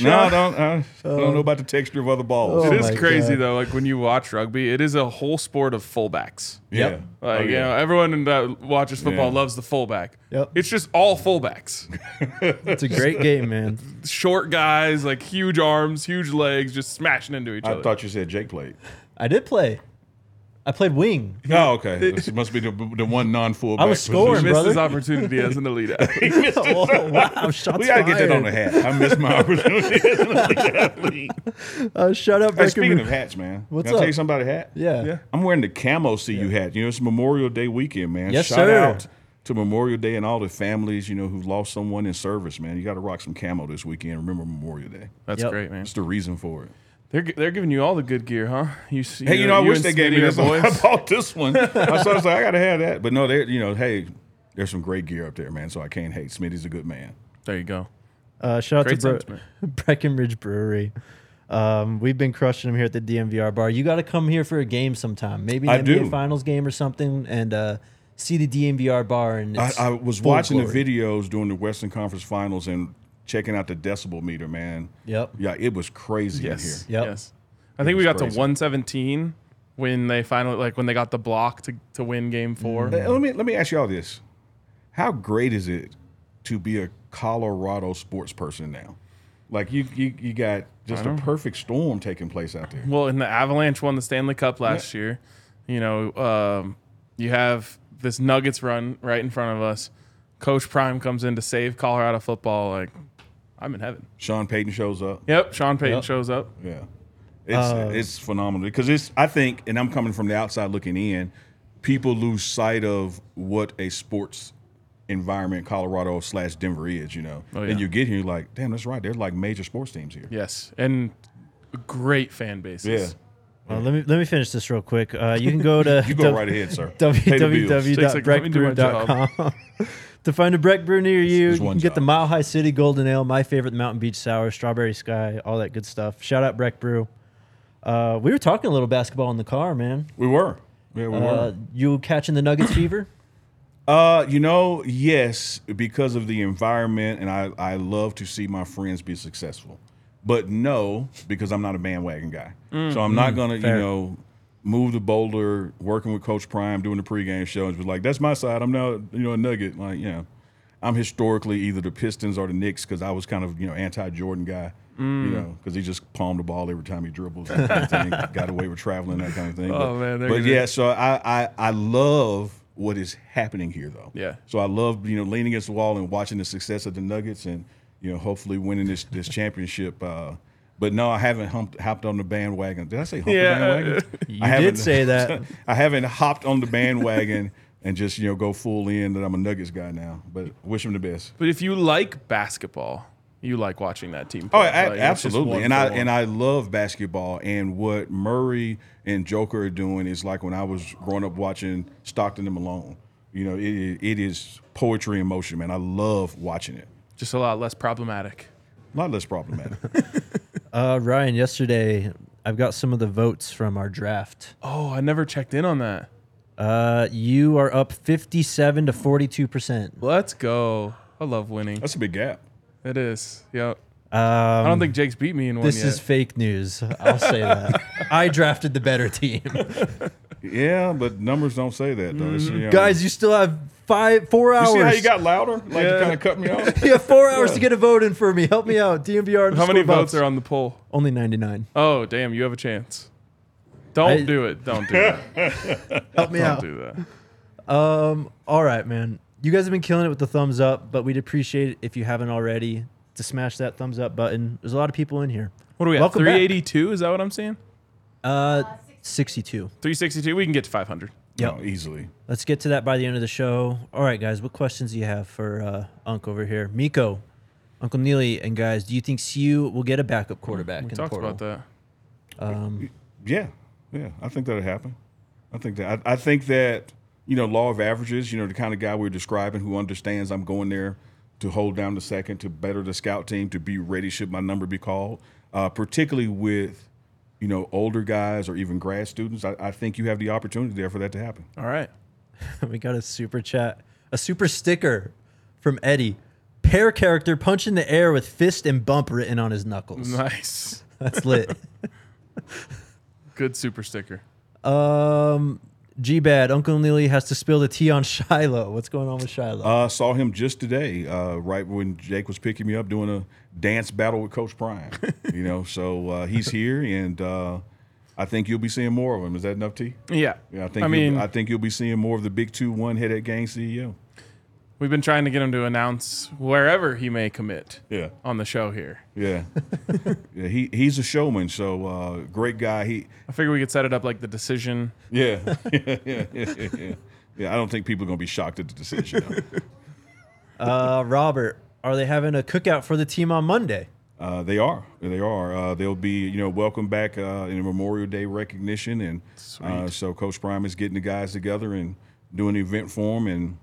S3: no, I don't. I don't know about the texture of other balls.
S1: Oh
S2: It is
S1: my
S2: crazy
S1: God.
S2: though. Like when you watch rugby, it is a whole sport of fullbacks.
S3: Yeah.
S1: Yep.
S3: Oh,
S2: Like you
S3: yeah.
S2: know, everyone that watches football
S3: Yeah.
S2: loves the fullback.
S1: Yep.
S2: It's just all fullbacks,
S1: It's a great game, man.
S2: short guys, like huge arms, huge legs, just smashing into each
S3: I
S2: other.
S3: thought you said Jake played.
S1: I did play. I played wing.
S3: Oh, okay. This must be the, the one non-full.
S1: I was scoring,
S2: Missed
S1: brother.
S2: his opportunity as an elite athlete.
S1: oh, wow, shots
S3: We gotta get that on the
S1: fired.
S3: hat. I missed my opportunity. as an elite athlete.
S1: Uh, shut up,
S3: hey,
S1: Breckenridge.
S3: speaking of hats, man,
S1: What's
S3: can I
S1: up?
S3: tell you something about a hat?
S1: yeah.
S2: Yeah.
S3: I'm wearing the camo CU hat. You know, it's Memorial Day weekend, man.
S1: Yes,
S3: Shout
S1: sir.
S3: out to Memorial Day and all the families, you know, who've lost someone in service, man. You got to rock some camo this weekend. Remember Memorial Day.
S2: That's
S1: Yep.
S2: great, man.
S3: That's the reason for it.
S2: They're gi- they're giving you all the good gear, huh? You see,
S3: Hey, you know, I wish
S2: and
S3: they gave me
S2: Smitty are
S3: this one. I
S2: boys.
S3: bought this one. I saw it's like, I got to have that. But no, they you know, hey, there's some great gear up there, man. So I can't hate. Smitty's a good man.
S2: There you go.
S1: Uh, shout
S2: Great
S1: out to Bre-
S2: sentiment.
S1: Breckenridge Brewery. Um, we've been crushing them here at the DMVR bar. You got to come here for a game sometime, maybe an
S3: I
S1: NBA
S3: do.
S1: Finals game or something, and uh, see the DMVR bar. And
S3: I,
S1: it's
S3: I was
S1: full
S3: watching
S1: glory.
S3: the videos during the Western Conference Finals and checking out the decibel meter, man.
S1: Yep. Uh,
S3: Yeah, it was crazy in here.
S2: Yes.
S1: Yep.
S2: Yes. I think we got to
S3: crazy.
S2: 117 when they finally like when they got the block to, to win game 4.
S3: Hey, Let me let me ask y'all this: How great is it to be a Colorado sports person now? Like you you, you got just a perfect storm taking place out there.
S2: Well, and the Avalanche won the Stanley Cup last year. You know, um, you have this Nuggets run right in front of us. Coach Prime comes in to save Colorado football like I'm in heaven.
S3: Sean Payton shows up.
S2: Yep, Sean Payton
S1: Yep.
S2: shows up.
S3: Yeah, it's it's phenomenal because it's I think, and I'm coming from the outside looking in. People lose sight of what a sports environment Colorado slash Denver is. You know,
S2: Oh, yeah.
S3: and you get here, you're like, damn, that's right. There's like major sports teams here.
S2: Yes. And great fan bases.
S1: Uh, let me let me finish this real quick. Uh, you can go to
S3: you go right ahead, sir. Pay the bills.
S2: Jake's like, let me do my
S1: www.breckbrew.com to find a Breck Brew near you. You
S3: There's
S1: can
S3: one
S1: get the
S3: job.
S1: Mile High City Golden Ale, my favorite Mountain Beach Sour, Strawberry Sky, all that good stuff. Shout out Breck Brew. Uh, we were talking a little basketball in the car, man.
S3: We were. Yeah, we were.
S1: Uh, you catching the Nuggets fever?
S3: Uh, you know, yes, because of the environment, and I, I love to see my friends be successful. But no, because I'm not a bandwagon guy. So I'm
S2: Mm,
S3: not gonna,
S1: fair.
S3: you know, move to Boulder, working with Coach Prime, doing the pregame show, and be like, "That's my side. I'm now, you know, a Nugget." Like, you know, I'm historically either the Pistons or the Knicks because I was kind of, you know, anti-Jordan guy.
S2: Mm.
S3: You know, because he just palmed the ball every time he dribbled, that kind of thing, got away with traveling, that kind of thing.
S2: Oh,
S3: but,
S2: man, they're
S3: but
S2: gonna-
S3: yeah, so I, I I love what is happening here though.
S2: Yeah.
S3: So I love you know leaning against the wall and watching the success of the Nuggets and you know hopefully winning this this championship. Uh, but no, I haven't humped, hopped on the bandwagon. Did I say humped
S2: Yeah. uh,
S3: the bandwagon?
S1: You
S3: I
S1: did
S3: haven't-
S1: say that.
S3: I haven't hopped on the bandwagon and just you know go full in that I'm a Nuggets guy now. But wish him the best.
S2: But if you like basketball, you like watching that team.
S3: Oh,
S2: play.
S3: a-
S2: Like, it's just
S3: absolutely.
S2: one
S3: And I
S2: for one.
S3: and I love basketball. And what Murray and Joker are doing is like when I was growing up watching Stockton and Malone. You know, it, it is poetry in motion, man. I love watching it.
S2: just a lot less problematic.
S3: A lot less problematic.
S1: Uh, Ryan, yesterday I've got some of the votes from our draft.
S2: Oh, I never checked in on that.
S1: Uh, you are up 57 to 42 percent.
S2: Let's go. I love winning.
S3: That's a big gap.
S2: It is. Yep.
S1: Um,
S2: I don't think Jake's beat me in one
S1: this
S2: yet.
S1: is fake news. I'll say that. I drafted the better team.
S3: Yeah, but numbers don't say that though.
S2: Mm-hmm.
S3: It's, you know-
S1: Guys, you still have five, four
S3: you
S1: hours.
S3: see how you got louder? Like you
S2: Yeah.
S3: kind of cut me off.
S1: You have four hours to get a vote in for me. Help me out. DMVR.
S2: How many votes are on the poll?
S1: Only 99.
S2: Oh, damn, you have a chance. Don't
S1: I-
S2: do it. Don't do that.
S1: Help me
S2: Don't
S1: out.
S2: do that.
S1: All right, man. You guys have been killing it with the thumbs up, but we'd appreciate it if you haven't already to smash that thumbs up button. There's a lot of people in here.
S2: What do we have?
S1: Welcome back.
S2: 382? Is that what I'm seeing?
S1: Uh, 62.
S2: 362. We can get to 500.
S1: Yep.
S3: No, easily.
S1: Let's get to that by the end of the show. All right, guys, what questions do you have for uh, Unc over here? Miko, Uncle Neely, and guys, do you think CU will get a backup quarterback?
S2: We
S1: in the
S2: talked
S1: portal?
S2: about that.
S3: Yeah, yeah, I think that'll happen. I think that I, I think that you know law of averages. You know the kind of guy we're describing who understands I'm going there to hold down the second, to better the scout team, to be ready should my number be called. Uh, particularly with you know older guys or even grad students, I, I think you have the opportunity there for that to happen.
S2: All right.
S1: we got a super chat, a super sticker from Eddie. Pair character punch in the air with fist and bump written on his knuckles.
S2: Nice.
S1: That's lit.
S2: Good super sticker.
S1: Um, G Bad, Uncle Neely has to spill the tea on Shiloh. What's going on with Shiloh?
S3: Uh, saw him just today, uh, right when Jake was picking me up, doing a dance battle with Coach Prime. you know, so uh, he's here, and uh, I think you'll be seeing more of him. Is that enough, T?
S2: Yeah.
S3: Yeah, I think
S2: I
S3: you'll-
S2: mean,
S3: I think you'll be seeing more of the big two one headed gang E CEO.
S2: we've been trying to get him to announce wherever he may commit
S3: Yeah,
S2: on the show here.
S3: yeah, yeah. He he's a showman, so uh, great guy. He
S2: I figure we could set it up like the decision.
S3: yeah yeah yeah yeah. yeah. Yeah, I don't think people are gonna be shocked at the decision.
S1: Uh, Robert, are they having a cookout for the team on Monday?
S3: Uh, they are. They are. Uh, they'll be, you know, welcome back uh, in Memorial Day recognition, and uh, so Coach Prime is getting the guys together and doing the event for them. And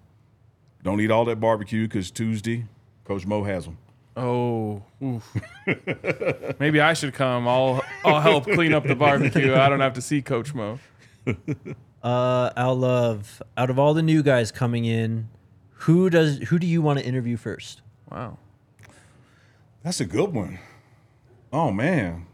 S3: don't eat all that barbecue because Tuesday, Coach Mo has them.
S2: Oh, oof. maybe I should come. I'll I'll help clean up the barbecue. I don't have to see Coach Mo.
S1: Uh, Al Love, out of all the new guys coming in, who does who do you want to interview first?
S2: Wow.
S3: That's a good one. Oh man,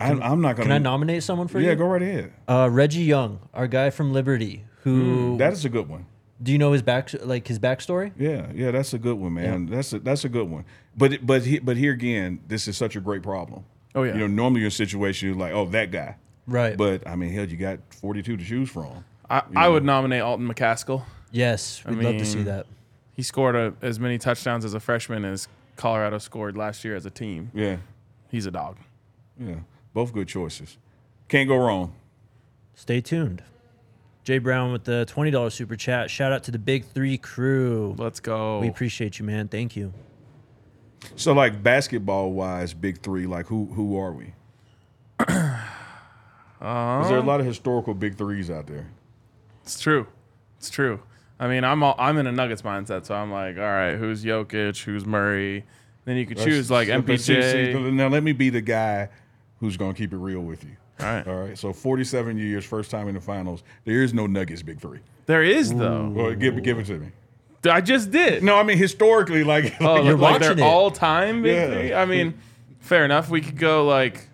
S3: I, I'm not gonna.
S1: Can I nominate someone for
S3: Mm. Yeah,
S1: you?
S3: go right ahead.
S1: Uh, Reggie Young, our guy from Liberty, who
S3: Mm, That is a good one.
S1: do you know his back like his backstory?
S3: Yeah, yeah, that's a good one, man. That's a, that's a good one. But it- but he, but here again, this is such a great problem.
S2: Oh, yeah.
S3: You know, normally your situation is like, oh, that guy.
S1: Right.
S3: But I mean, hell, you got 42 to choose from.
S2: I, I would nominate Alton McCaskill.
S1: yes, we'd love to see
S2: mean-
S1: that.
S2: He scored a, as many touchdowns as a freshman as Colorado scored last year as a team.
S3: Yeah,
S2: He's a dog.
S3: yeah, both good choices. Can't go wrong.
S1: Stay tuned. Jay Brown with the twenty dollars super chat. Shout out to the Big Three crew.
S2: Let's go.
S1: We appreciate you, man. Thank you.
S3: So like basketball wise, big three. Like who who are we? Is there a lot of historical big threes out there?
S2: It's true. It's true. I mean, I'm all, I'm in a Nuggets mindset, so I'm like, all right, who's Jokic, who's Murray? Then you could choose like
S3: Let's- let's see- see-
S2: MPJ.
S3: Now let me be the guy who's gonna keep it real with you.
S2: All right.
S3: All right. So 47 years, first time in the finals. There is no Nuggets big three.
S2: There is though.
S3: Well, give give it to me.
S2: I just did.
S3: No, I mean historically, like,
S2: Oh,
S1: You're
S2: like
S1: watching
S2: their
S1: it.
S2: all time big
S3: Yeah.
S2: three? I mean, fair enough. We could go like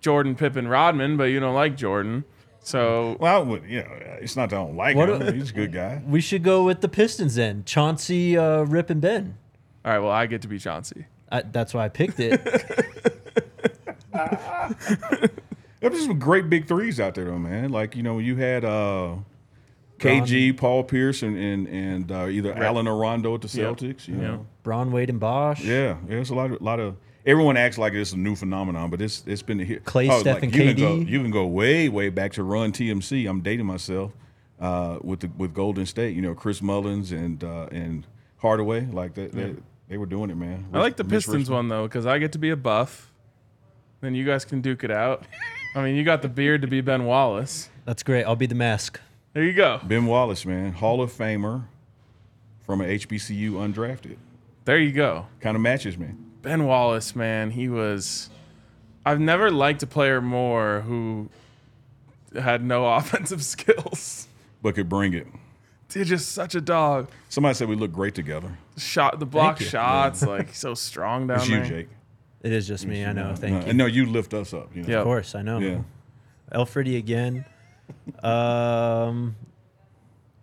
S2: Jordan, Pippen, Rodman, but you don't like Jordan. So
S3: well, I would, you know, it's not that I don't like
S1: What
S3: him.
S1: a-
S3: He's a good guy.
S1: We should go with the Pistons then. Chauncey, uh, Rip, and Ben.
S2: all right, well, I get to be Chauncey.
S1: I, that's why I picked it.
S3: There's some great big threes out there, though, man. Like you know, you had uh, KG, Paul Pierce, and and, and uh, either Allen or Rondo at the
S2: Yep.
S3: Celtics. You know,
S1: Braun, Wade, and Bosch.
S3: yeah, yeah. It's a lot, of, lot of. Everyone acts like it's a new phenomenon, but it's it's been here.
S1: Clay, Steph, and
S3: you Can
S1: KD.
S3: go, you can go way, way back to Run TMC. I'm dating myself uh, with the, with Golden State. You know, Chris Mullins and uh, and Hardaway, like that. They, they were doing it, man.
S2: I like the Pistons one though, because I get to be a buff. Then you guys can duke it out. I mean, you got the beard to be Ben Wallace.
S1: That's great. I'll be the mask.
S2: There you go.
S3: Ben Wallace, man, Hall of Famer from a HBCU undrafted.
S2: There you go.
S3: Kind of matches me.
S2: Ben Wallace, man, he was. I've never liked a player more who had no offensive skills.
S3: but could bring it.
S2: Dude, just such a dog.
S3: Somebody said we look great together.
S2: Shot the block
S1: Thank you.
S2: shots, like so strong down
S3: It's
S2: there.
S3: you, Jake.
S1: It is just me. I know. Thank
S3: Uh,
S1: you.
S3: No, you lift us up. You know?
S2: Yeah.
S1: Of course, I know.
S3: Yeah.
S1: Elfridy again. um.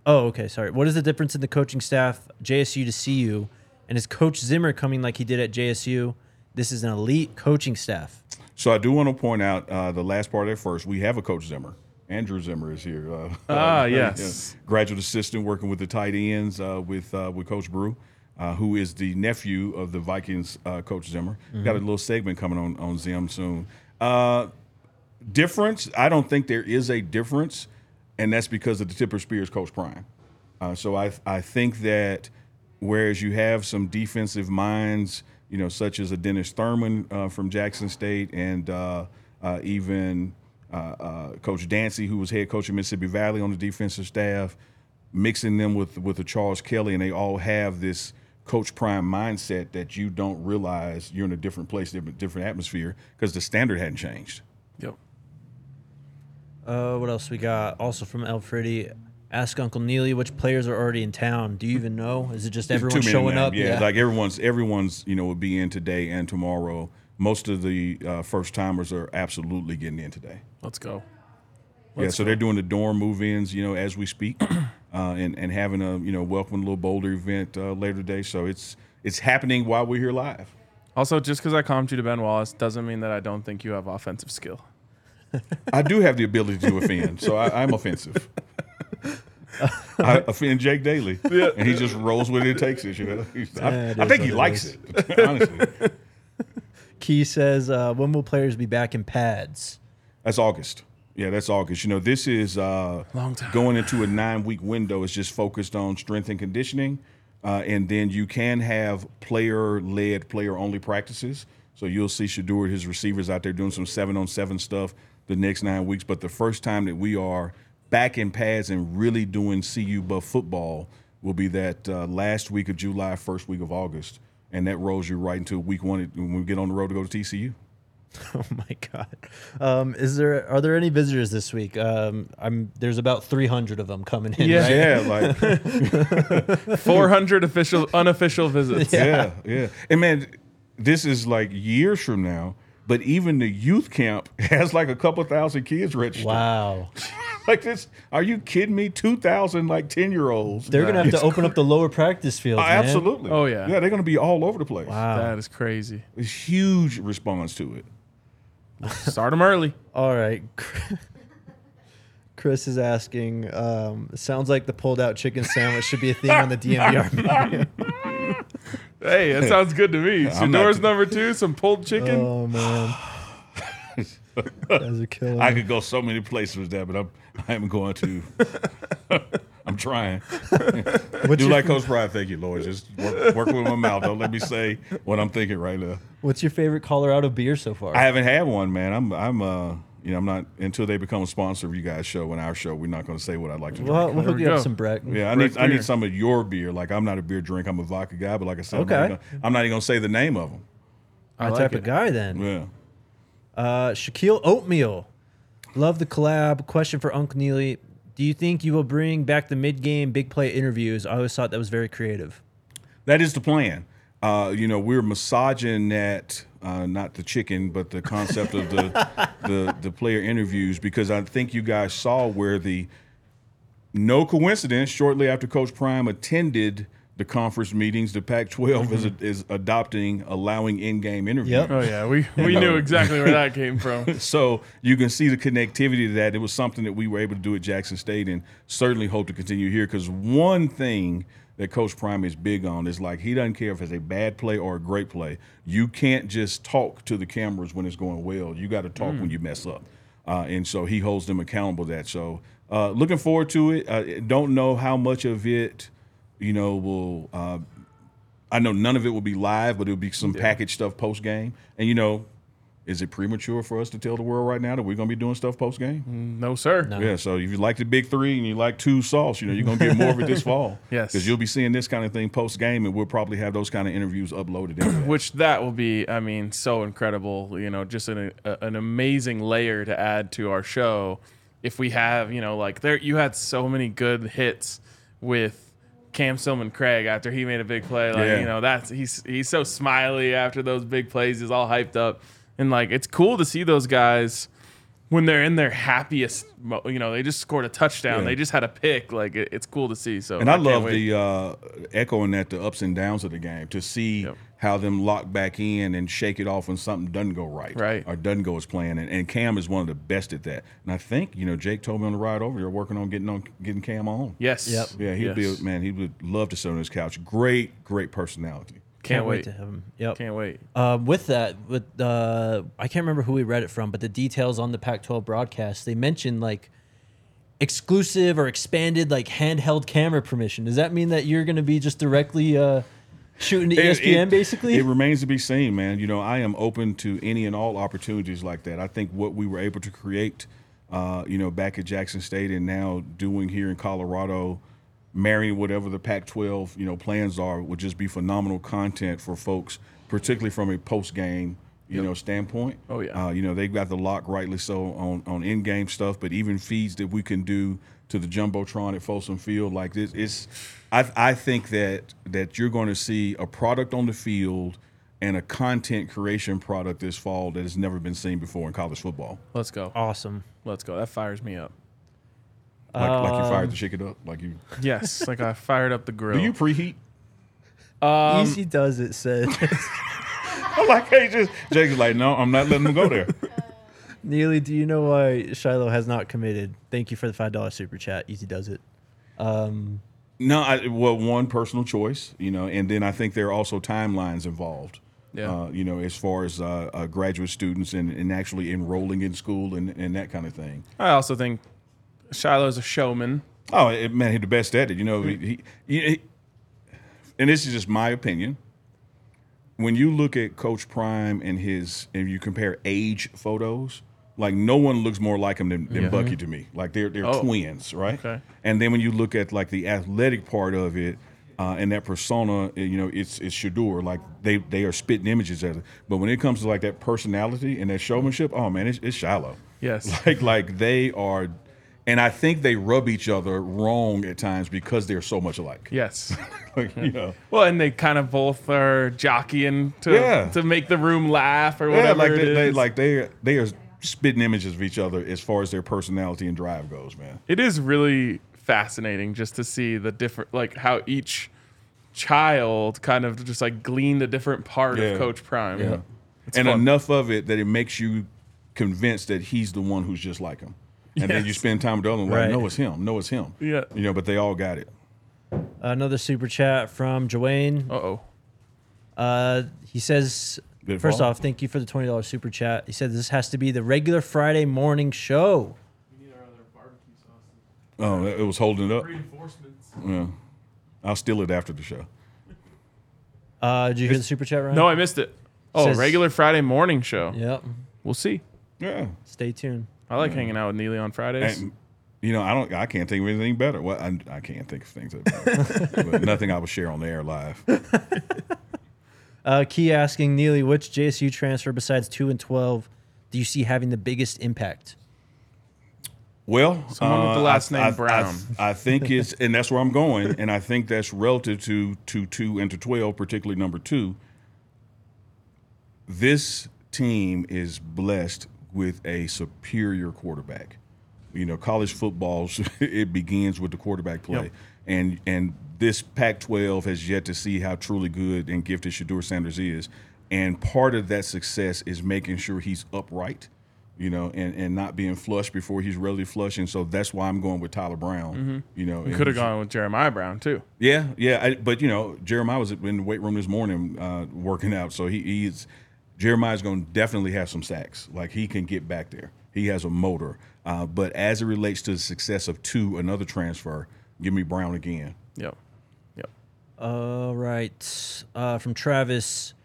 S1: Oh, okay. Sorry. What is the difference in the coaching staff JSU to CU, and is Coach Zimmer coming like he did at JSU? This is an elite coaching staff.
S3: So I do want to point out uh, the last part of that first. We have a coach Zimmer. Andrew Zimmer is here. Uh,
S2: Ah,
S3: uh,
S2: yes.
S3: yeah. Graduate assistant working with the tight ends uh, with uh, with Coach Brew, uh, who is the nephew of the Vikings uh, coach Zimmer.
S2: Mm-hmm.
S3: Got a little segment coming on on Zim soon. Uh, difference? I don't think there is a difference, and that's because of the Tipper Spears Coach Prime. Uh, so I I think that whereas you have some defensive minds, you know, such as a Dennis Thurman uh, from Jackson State and uh, uh, even uh, uh, Coach Dancy, who was head coach of Mississippi Valley on the defensive staff, mixing them with with the Charles Kelly, and they all have this Coach Prime mindset that you don't realize you're in a different place, different, different atmosphere, because the standard hadn't changed.
S2: Yep.
S1: Uh, what else we got? Also from Alfredi, ask Uncle Neely which players are already in town. Do you even know? Is it just
S3: There's
S1: everyone
S3: too many
S1: showing
S3: now.
S1: up?
S3: Yeah, like everyone's everyone's you know will be in today and tomorrow. Most of the uh, first timers are absolutely getting in today.
S2: Let's go.
S3: yeah, so they're doing the dorm move-ins, you know, as we speak, uh, and and having a you know welcome little Boulder event uh, later today. So it's it's happening while we're here live.
S2: Also, just because I comped you to Ben Wallace doesn't mean that I don't think you have offensive skill.
S3: I do have the ability to offend, so I, I'm offensive. I offend Jake Daly, and he just rolls with it and takes it. You know, He's- I,
S1: Yeah, it
S3: I
S1: is what
S3: think he
S1: it
S3: likes
S1: is.
S3: it. Honestly,
S1: Key says, uh, when will players be back in pads?
S3: that's August. Yeah, that's August. You know, this is uh,
S2: Long time.
S3: going into a nine-week window. It's just focused on strength and conditioning, uh, and then you can have player-led, player-only practices. So you'll see Shadur and his receivers out there doing some seven-on-seven stuff the next nine weeks. But the first time that we are back in pads and really doing CU Buff football will be that uh, last week of July, first week of August, and that rolls you right into week one when we get on the road to go to TCU.
S1: Oh my god. Um, is there are there any visitors this week? Um, I'm there's about 300 of them coming in.
S2: Yeah.
S1: right?
S3: Yeah, like.
S2: 400 official, unofficial visits.
S3: yeah, yeah. And man, this is like years from now. But even the youth camp has like a couple thousand kids registered.
S1: Wow.
S3: Like this, are you kidding me? Two thousand like ten year olds.
S1: They're gonna have to open up the lower practice fields. man.
S3: absolutely.
S2: Oh, yeah.
S3: Yeah, they're gonna be all over the place.
S1: Wow.
S2: That is crazy.
S3: There's huge response to it.
S2: Start them early.
S1: All right. Chris is asking. Um, sounds like the pulled out chicken sandwich should be a thing on the DMVR.
S2: Hey, that sounds good to me.
S3: I'm not-
S2: Shador's number two, some pulled chicken.
S1: oh man, guys are killing.
S3: I
S1: me.
S3: could go so many places with that, but I'm I'm going to. I'm trying.
S1: What's,
S3: Do
S1: your,
S3: like Coach Pride. Thank you, Lord. Just work, work with my mouth. Don't let me say what I'm thinking right now.
S1: what's your favorite Colorado beer so far?
S3: I haven't had one, man. I'm I'm uh you know I'm not until they become a sponsor of you guys' show and our show. We're not going to say what I like to drink.
S1: well, we'll
S2: There
S1: hook
S2: we
S1: you up
S2: go.
S1: some Brett.
S3: yeah, I
S2: Brett
S3: need I
S2: beer.
S3: need some of your beer. Like I'm not a beer drink. I'm a vodka guy. But like I said,
S1: Okay.
S3: I'm, not even, I'm not even going to say the name of them.
S1: My
S2: like
S1: type
S2: it.
S1: of guy then.
S3: Yeah.
S1: Uh, Shaquille Oatmeal. Love the collab. Question for Uncle Neely. Do you think you will bring back the mid game big play interviews? I always thought that was very creative.
S3: That is the plan. Uh, you know, we're massaging that uh, not the chicken, but the concept of the, the the player interviews because I think you guys saw where the no coincidence. Shortly after Coach Prime attended the conference meetings, the Pac-12 is is adopting allowing in-game interviews.
S1: Yep.
S2: Oh, yeah. We, we knew exactly where that came from.
S3: So you can see the connectivity to that. It was something that we were able to do at Jackson State and certainly hope to continue here because one thing that Coach Prime is big on is like he doesn't care if it's a bad play or a great play. You can't just talk to the cameras when it's going well. You got to talk when you mess up. Uh, and so he holds them accountable to that. So uh, looking forward to it. Uh, don't know how much of it, you know, will uh, I know none of it will be live, but it'll be some packaged stuff post game. And you know, is it premature for us to tell the world right now that we're going to be doing stuff post game?
S2: No, sir.
S3: Yeah. So if you like the big three and you like two sauce, you know, you're going to get more of it this fall.
S2: Yes.
S3: Because you'll be seeing this kind of thing post game, and we'll probably have those kind of interviews uploaded. Into that.
S2: Which that will be, I mean, so incredible. You know, just an, a, an amazing layer to add to our show. If we have, you know, like there, you had so many good hits with Cam Silman Craig after he made a big play. Like,
S3: Yeah.
S2: you know, that's he's he's so smiley after those big plays. He's all hyped up, and like it's cool to see those guys when they're in their happiest. mo- You know, they just scored a touchdown.
S3: Yeah.
S2: They just had a pick. Like it, it's cool to see. So
S3: And I,
S2: can't
S3: love
S2: wait.
S3: the uh, echoing that the ups and downs of the game to see
S2: Yep.
S3: how them lock back in and shake it off when something doesn't go right,
S2: Right.
S3: or doesn't go as planned. And, and Cam is one of the best at that. And I think you know Jake told me on the ride over there working on getting on getting Cam on.
S2: yes.
S1: Yep.
S3: Yeah, he'd be
S2: Yes.
S3: a, man. He would love to sit on his couch. Great, great personality.
S2: Can't, wait.
S1: to have him. Yep.
S2: Can't wait.
S1: Um, with that, with uh, I can't remember who we read it from, but the details on the Pac-12 broadcast, they mentioned like exclusive or expanded like handheld camera permission. Does that mean that you're going to be just directly uh, Shooting to
S4: E
S2: E
S3: It-
S1: ESPN,
S3: it-
S1: basically.
S3: It remains to be seen, man. You know, I am open to any and all opportunities like that. I think what we were able to create, uh, you know, back at Jackson State and now doing here in Colorado, marrying whatever the Pac-12, you know, plans are, would just be phenomenal content for folks, particularly from a post-game, you know, standpoint.
S2: Oh, yeah.
S3: Uh, you know, they've got the lock, rightly so, on on in-game stuff, but even feeds that we can do to the jumbotron at Folsom Field, like this, it's. I I think that that you're going to see a product on the field and a content creation product this fall that has never been seen before in college football.
S2: Let's go.
S4: Awesome.
S2: Let's go. That fires me up.
S3: Like, like you fired the chicken up. Like you.
S2: Yes, like I fired up the grill.
S3: Do you preheat?
S4: Easy does it, said.
S3: I'm like, hey, just Jake's like, no, I'm not letting them go there.
S4: Neely, do you know why Shiloh has not committed? Thank you for the $5 super chat. Easy does it.
S3: No, I, well, one personal choice, you know, and then I think there are also timelines involved.
S2: Yeah.
S3: Uh, you know, as far as uh, uh, graduate students and, and actually enrolling in school and, and that kind of thing.
S2: I also think Shiloh's a showman.
S3: Oh, it, man, he's the best at it. You know, he, he, he- and this is just my opinion. When you look at Coach Prime and his, and you compare age photos, like no one looks more like him than, than
S2: Yeah. Mm-hmm.
S3: Bucky to me. Like they're they're
S2: Oh.
S3: twins, right?
S2: Okay.
S3: And then when you look at like the athletic part of it. Uh, and that persona, uh, you know, it's it's Shador. Like they they are spitting images at it. But when it comes to like that personality and that showmanship, oh man, it's, it's shallow
S2: Yes.
S3: like like they are and i think they rub each other wrong at times because they're so much alike
S2: Yes.
S3: Like, you know
S2: Well, and they kind of both are jockeying to
S3: Yeah.
S2: to make the room laugh or
S3: yeah,
S2: whatever
S3: like
S2: it
S3: they, they
S2: is.
S3: like they they are spitting images of each other as far as their personality and drive goes man
S2: it is really fascinating just to see the different like how each child kind of just like gleaned a different part
S3: Yeah.
S2: of Coach Prime.
S3: yeah
S2: fun.
S3: and enough of it that it makes you convinced that he's the one who's just like him and then you
S2: Yes.
S3: spend time with the other one like
S4: Right.
S3: no it's him no it's him
S2: Yeah.
S3: you know but they all got it
S4: Another super chat from Joanne.
S2: Uh oh.
S4: Uh, he says,
S3: Did it
S4: first
S3: fall?
S4: off, thank you for the $20 super chat. He said, this has to be the regular Friday morning show.
S3: oh it was holding it up
S2: Reinforcements.
S3: yeah i'll steal it after the show
S4: Uh, did you hear the super chat, Ryan?
S2: No, I missed it. Oh,
S4: Says-
S2: regular Friday morning show.
S4: Yep.
S2: We'll see.
S3: yeah
S4: Stay tuned.
S2: I like hanging out with Neely on Fridays.
S3: And, you know, I don't. I can't think of anything better. Well, I, I can't think of things that better. but nothing I would share on the air live.
S4: Uh, Key asking Neely, which JSU transfer besides 2 and 12 do you see having the biggest impact?
S3: Well, uh,
S2: Someone with the last name
S3: I,
S2: Brown.
S3: I, I think it's, and that's where I'm going, and I think that's relative to to two and to twelve, particularly number two. This team is blessed with a superior quarterback. You know, college football it begins with the quarterback play,
S2: Yep.
S3: and and this Pac-12 has yet to see how truly good and gifted Shador Sanders is, and part of that success is making sure he's upright you know, and, and not being flushed before he's really flush. And so that's why I'm going with Tyler Brown. You know, and-
S2: Could have gone with Jeremiah Brown too.
S3: Yeah, yeah. I, but you know, Jeremiah was in the weight room this morning uh, working out, so he, he's Jeremiah's going to definitely have some sacks. Like he can get back there. He has a motor. Uh, but as it relates to the success of two, another transfer, give me Brown again.
S2: Yep. Yep.
S4: All right. Uh, from Travis,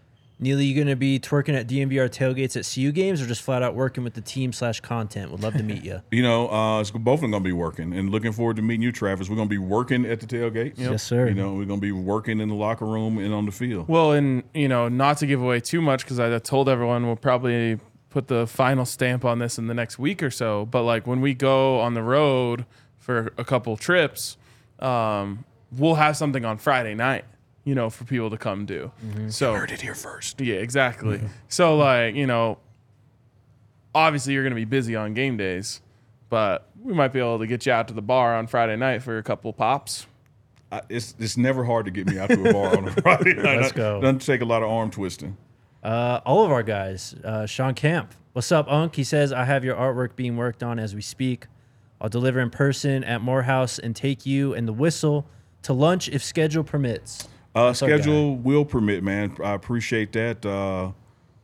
S4: Neely, you going to be twerking at DMVR tailgates at CU games or just flat out working with the team slash content? Would love to meet you.
S3: You know, uh, it's both of them going to be working, and looking forward to meeting you, Travis. We're going to be working at the tailgates.
S4: Yes, sir.
S3: You know, we're going to be working in the locker room and on the field.
S2: Well, and you know, not to give away too much because I told everyone we'll probably put the final stamp on this in the next week or so. But like when we go on the road for a couple trips, um, we'll have something on Friday night, you know, for people to come do. So
S3: Heard it here first.
S2: yeah, exactly. So like you know, obviously you're gonna be busy on game days, but we might be able to get you out to the bar on Friday night for a couple pops.
S3: I, it's it's never hard to get me out to a bar on a Friday night.
S4: Let's go.
S3: Doesn't take a lot of arm twisting.
S4: Uh, all of our guys, uh, Sean Camp. What's up, Unc? He says, I have your artwork being worked on as we speak. I'll deliver in person at Morehouse and take you and the whistle to lunch if schedule permits.
S3: Uh,
S4: our guy.
S3: schedule will permit, man. I appreciate that. Uh,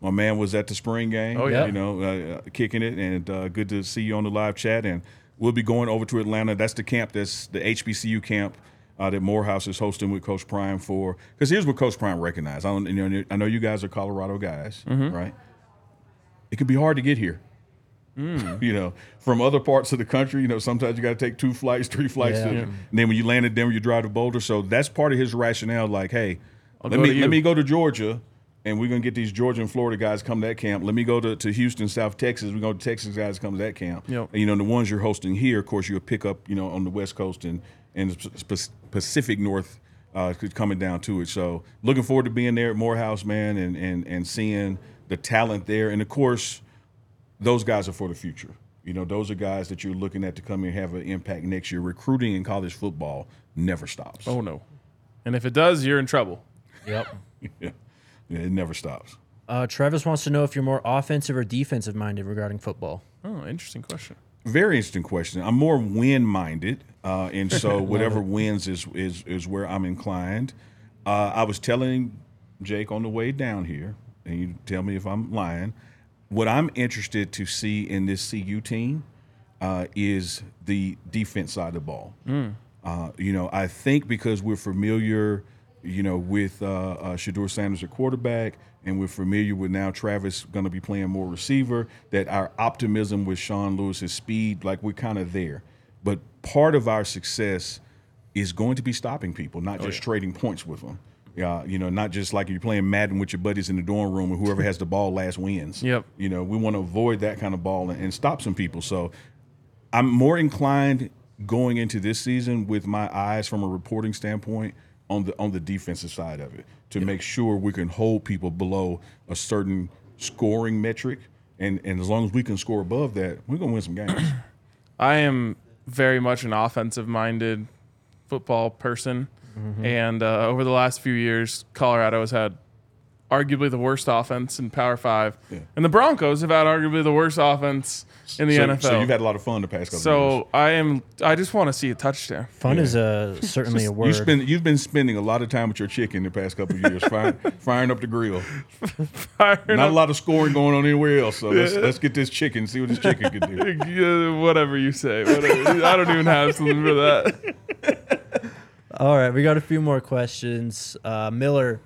S3: my man was at the spring game.
S2: Oh, yeah.
S3: you know, uh, uh, kicking it, and uh, good to see you on the live chat. And we'll be going over to Atlanta. That's the camp. That's the HBCU camp. uh, that Morehouse is hosting with Coach Prime for. Because here's what Coach Prime recognized. I, don't, you know, I know you guys are Colorado guys,
S2: Mm-hmm.
S3: right? It can be hard to get here.
S2: Mm.
S3: You know, from other parts of the country, you know, sometimes you got to take two flights, three flights.
S4: Yeah.
S3: to-
S4: Yeah.
S3: And then when you land in Denver, you drive to Boulder. So that's part of his rationale. Like, hey, let
S2: go
S3: me
S2: to
S3: let
S2: you.
S3: me go to Georgia, and we're gonna get these Georgia and Florida guys come to that camp. Let me go to, to Houston, South Texas. We're going to Texas guys come to that camp.
S2: Yep.
S3: And, you know, the ones you're hosting here, of course, you'll pick up, you know, on the West Coast and and the Pac- Pacific North uh, is coming down to it. So looking forward to being there at Morehouse, man, and and and seeing the talent there, and of course those guys are for the future. You know, those are guys that you're looking at to come here and have an impact next year. Recruiting in college football never stops.
S2: Oh no. And if it does, you're in trouble.
S4: Yep.
S3: Yeah. Yeah, it never stops.
S4: Uh, Travis wants to know if you're more offensive or defensive minded regarding football.
S2: Oh, interesting question.
S3: Very interesting question. I'm more win minded, uh, and so whatever wins is is is where I'm inclined. Uh, I was telling Jake on the way down here, and you tell me if I'm lying. What I'm interested to see in this CU team uh, is the defense side of the ball. Uh, you know, I think because we're familiar, you know, with uh, uh, Shador Sanders at quarterback, and we're familiar with now Travis going to be playing more receiver, that our optimism with Sean Lewis, his speed, like we're kind of there. But part of our success is going to be stopping people, not just trading points with them. Yeah, you know, not just like you're playing Madden with your buddies in the dorm room, and whoever has the ball last wins.
S2: Yep.
S3: You know, we want to avoid that kind of ball and, and stop some people. So I'm more inclined going into this season with my eyes from a reporting standpoint on the on the defensive side of it to make sure we can hold people below a certain scoring metric. And and as long as we can score above that, we're gonna win some games.
S2: I am very much an offensive minded football person. And uh, over the last few years, Colorado has had arguably the worst offense in Power Five. And the Broncos have had arguably the worst offense in the
S3: so,
S2: NFL.
S3: so you've had a lot of fun the past couple of years.
S2: so I am. I just want to see a touchdown.
S4: Fun is a certainly a
S3: You
S4: word.
S3: spend, you've been spending a lot of time with your chicken the past couple of years, fire, firing up the grill.
S2: Firing
S3: Not a
S2: up,
S3: lot of scoring going on anywhere else. So let's, let's get this chicken, see what this chicken can do.
S2: Yeah, whatever you say. Whatever. I don't even have something for that.
S4: All right, we got a few more questions. Uh, Miller,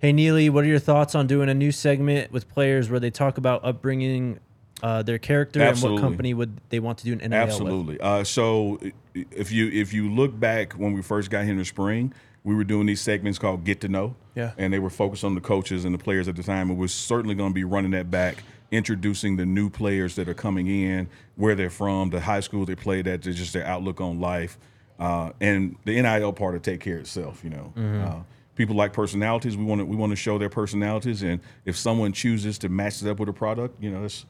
S4: hey Neely, what are your thoughts on doing a new segment with players where they talk about upbringing uh, their character and
S3: Absolutely.
S4: what company would they want to do an NIL with?
S3: Absolutely. Uh, so i- if you if you look back when we first got here in the spring, we were doing these segments called Get to Know.
S2: Yeah.
S3: And they were focused on the coaches and the players at the time. And we're certainly going to be running that back, introducing the new players that are coming in, where they're from, the high school they played at, just their outlook on life. Uh, and the NIL part will take care of itself, you know. Uh, people like personalities. We want to we want to show their personalities, and if someone chooses to match it up with a product, you know, that's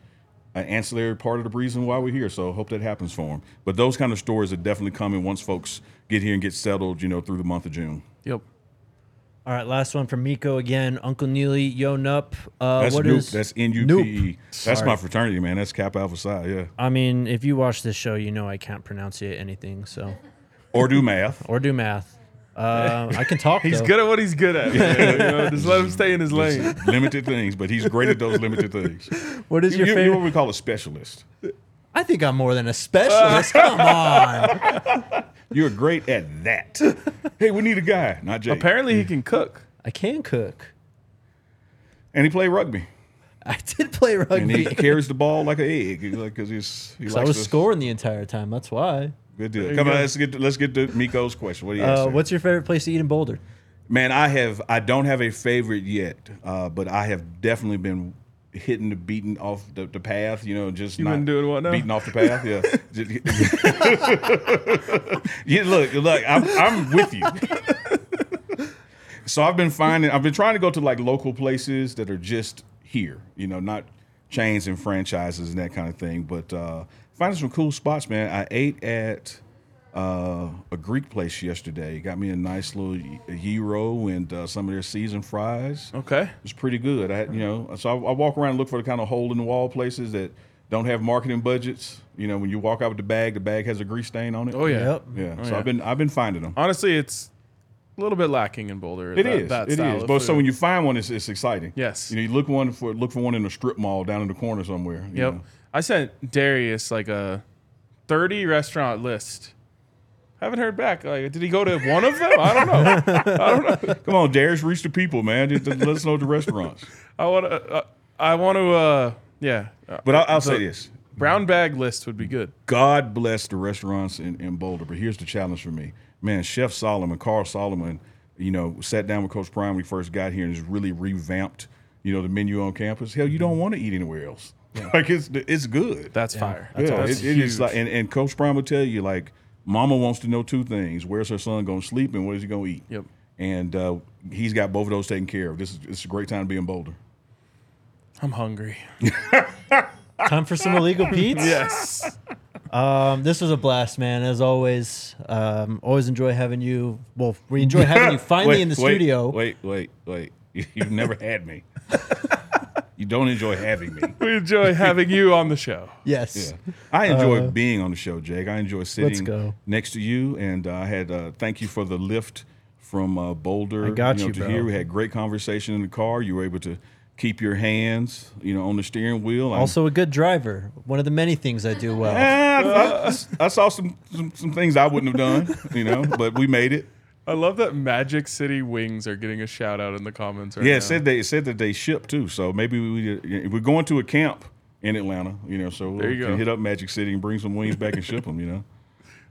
S3: an ancillary part of the reason why we're here. So hope that happens for them. But those kind of stories are definitely coming once folks get here and get settled, you know, through the month of June.
S2: Yep.
S4: All right, last one from Miko again. Uncle Neely, yo Nup. Uh,
S3: That's
S4: what
S3: Nupe.
S4: is-
S3: That's
S4: Noop.
S3: NUPE. That's
S4: Sorry.
S3: my fraternity, man. That's Cap Alpha Psi, yeah.
S4: I mean, if you watch this show, you know I can't pronunciate anything, so
S3: Or do math.
S4: or do math. Uh, I can talk.
S2: He's
S4: though.
S2: good at what he's good at. man. You know, just let him stay in his lane.
S3: limited things, but he's great at those limited things.
S4: What is
S3: You,
S4: your
S3: you,
S4: favorite?
S3: what we call a specialist.
S4: I think I'm more than a specialist. Come on.
S3: You're great at that. hey, we need a guy, not Jake.
S2: Apparently, he can cook.
S4: I can cook.
S3: And he played rugby.
S4: I did play
S3: And he
S4: rugby.
S3: carries the ball like an egg. He's Like, cause he's, he
S1: So I
S3: likes
S1: was
S3: to-
S1: scoring the entire time. That's why.
S3: Good deal. Come on, let's get to, let's get to Miko's question. What do you
S4: Uh,
S3: ask?
S4: what's your favorite place to eat in Boulder?
S3: Man, I have I don't have a favorite yet, uh, but I have definitely been hitting the beaten off the, the path. You know, just
S2: You've
S3: not
S2: been doing what now?
S3: Beating off the path. Yeah. Just- yeah look, look, I'm, I'm with you. so I've been finding I've been trying to go to like local places that are just here. You know, not chains and franchises and that kind of thing, but uh, finding some cool spots, man. I ate at uh, a Greek place yesterday. Got me a nice little y- gyro and uh, some of their seasoned fries.
S2: Okay.
S3: It's pretty good. I, had- you know, so I, I walk around and look for the kind of hole in the wall places that don't have marketing budgets. You know, when you walk out with the bag, the bag has a grease stain on it.
S2: Oh yeah.
S4: Yep.
S3: yeah.
S2: Oh,
S3: so
S2: yeah.
S3: I've been I've been finding them.
S2: Honestly, it's a little bit lacking in Boulder.
S3: It is. it is. But so when you find one, it's, it's exciting.
S2: Yes.
S3: You, know, you look one for look for one in a strip mall down in the corner somewhere. you
S2: yep,
S3: know.
S2: I sent Darius like a thirty restaurant list. haven't heard back. Like, did he go to one of them? I don't know.
S3: Come on, Darius, reach the people, man. Just let us know the restaurants.
S2: I want to. Uh, I want to. Uh, yeah, uh,
S3: But I'll, I'll say this:
S2: brown bag list would be good.
S3: God bless the restaurants in, in Boulder. But here's the challenge for me, man. Chef Solomon, Carl Solomon, you know, sat down with Coach Prime when we first got here and has really revamped, you know, the menu on campus. Hell, you
S2: Mm-hmm.
S3: don't want to eat anywhere else. like it's it's good.
S2: That's fire.
S3: yeah,
S2: That's
S3: it- it is like, and, and Coach Prime will tell you like, Mama wants to know two things: where's her son going to sleep and what is he going to eat?
S2: Yep.
S3: And uh, he's got both of those taken care of. This is it's a great time to be in Boulder.
S2: I'm hungry.
S1: Time for some illegal Pete's.
S2: Yes.
S1: Um, this was a blast, man. As always, um, always enjoy having you. Well, we enjoy having you finally
S3: Wait,
S1: in the
S3: wait,
S1: studio.
S3: Wait, wait, wait. You- You've never had me. you don't enjoy having me.
S2: we enjoy having you on the show.
S1: Yes.
S3: Yeah. I enjoy being on the show, Jake. I enjoy sitting
S1: Uh-huh. go.
S3: next to you, and uh, I had uh, thank you for the lift from uh, Boulder. I
S4: got
S3: know,
S4: you,
S3: to
S4: bro.
S3: Here we had great conversation in the car. You were able to keep your hands, you know, on the steering wheel. I'm-
S1: Also, a good driver. One of the many things I do well.
S3: Eh, I, I saw some, some some things I wouldn't have done, you know, but we made it.
S2: I love that Magic City Wings are getting a shout out in the comments right
S3: Yeah,
S2: now.
S3: it said they it said that they ship too. So maybe we uh, we're going to a camp in Atlanta, you know. So
S2: There
S3: we
S2: you
S3: can
S2: go.
S3: hit up Magic City and bring some wings back and ship them. You know,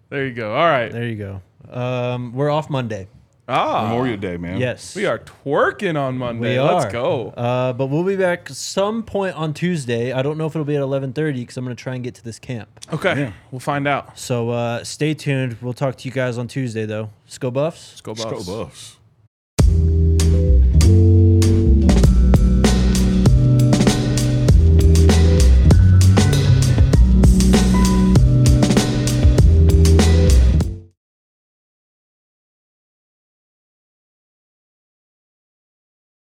S2: There you go. All right.
S1: There you go. Um, we're off Monday.
S2: Ah,
S3: Memorial Day, man.
S1: Yes.
S2: we are twerking on
S1: We
S2: Monday.
S1: are.
S2: Let's go.
S1: Uh, but we'll be back some point on Tuesday. I don't know if it'll be at 11:30 because I'm going to try and get to this camp.
S2: Okay. We'll find out.
S1: So uh, stay tuned. We'll talk to you guys on Tuesday, though. Let's go Buffs.
S2: Let's go,
S3: Let's
S2: Buffs.
S3: go Buffs.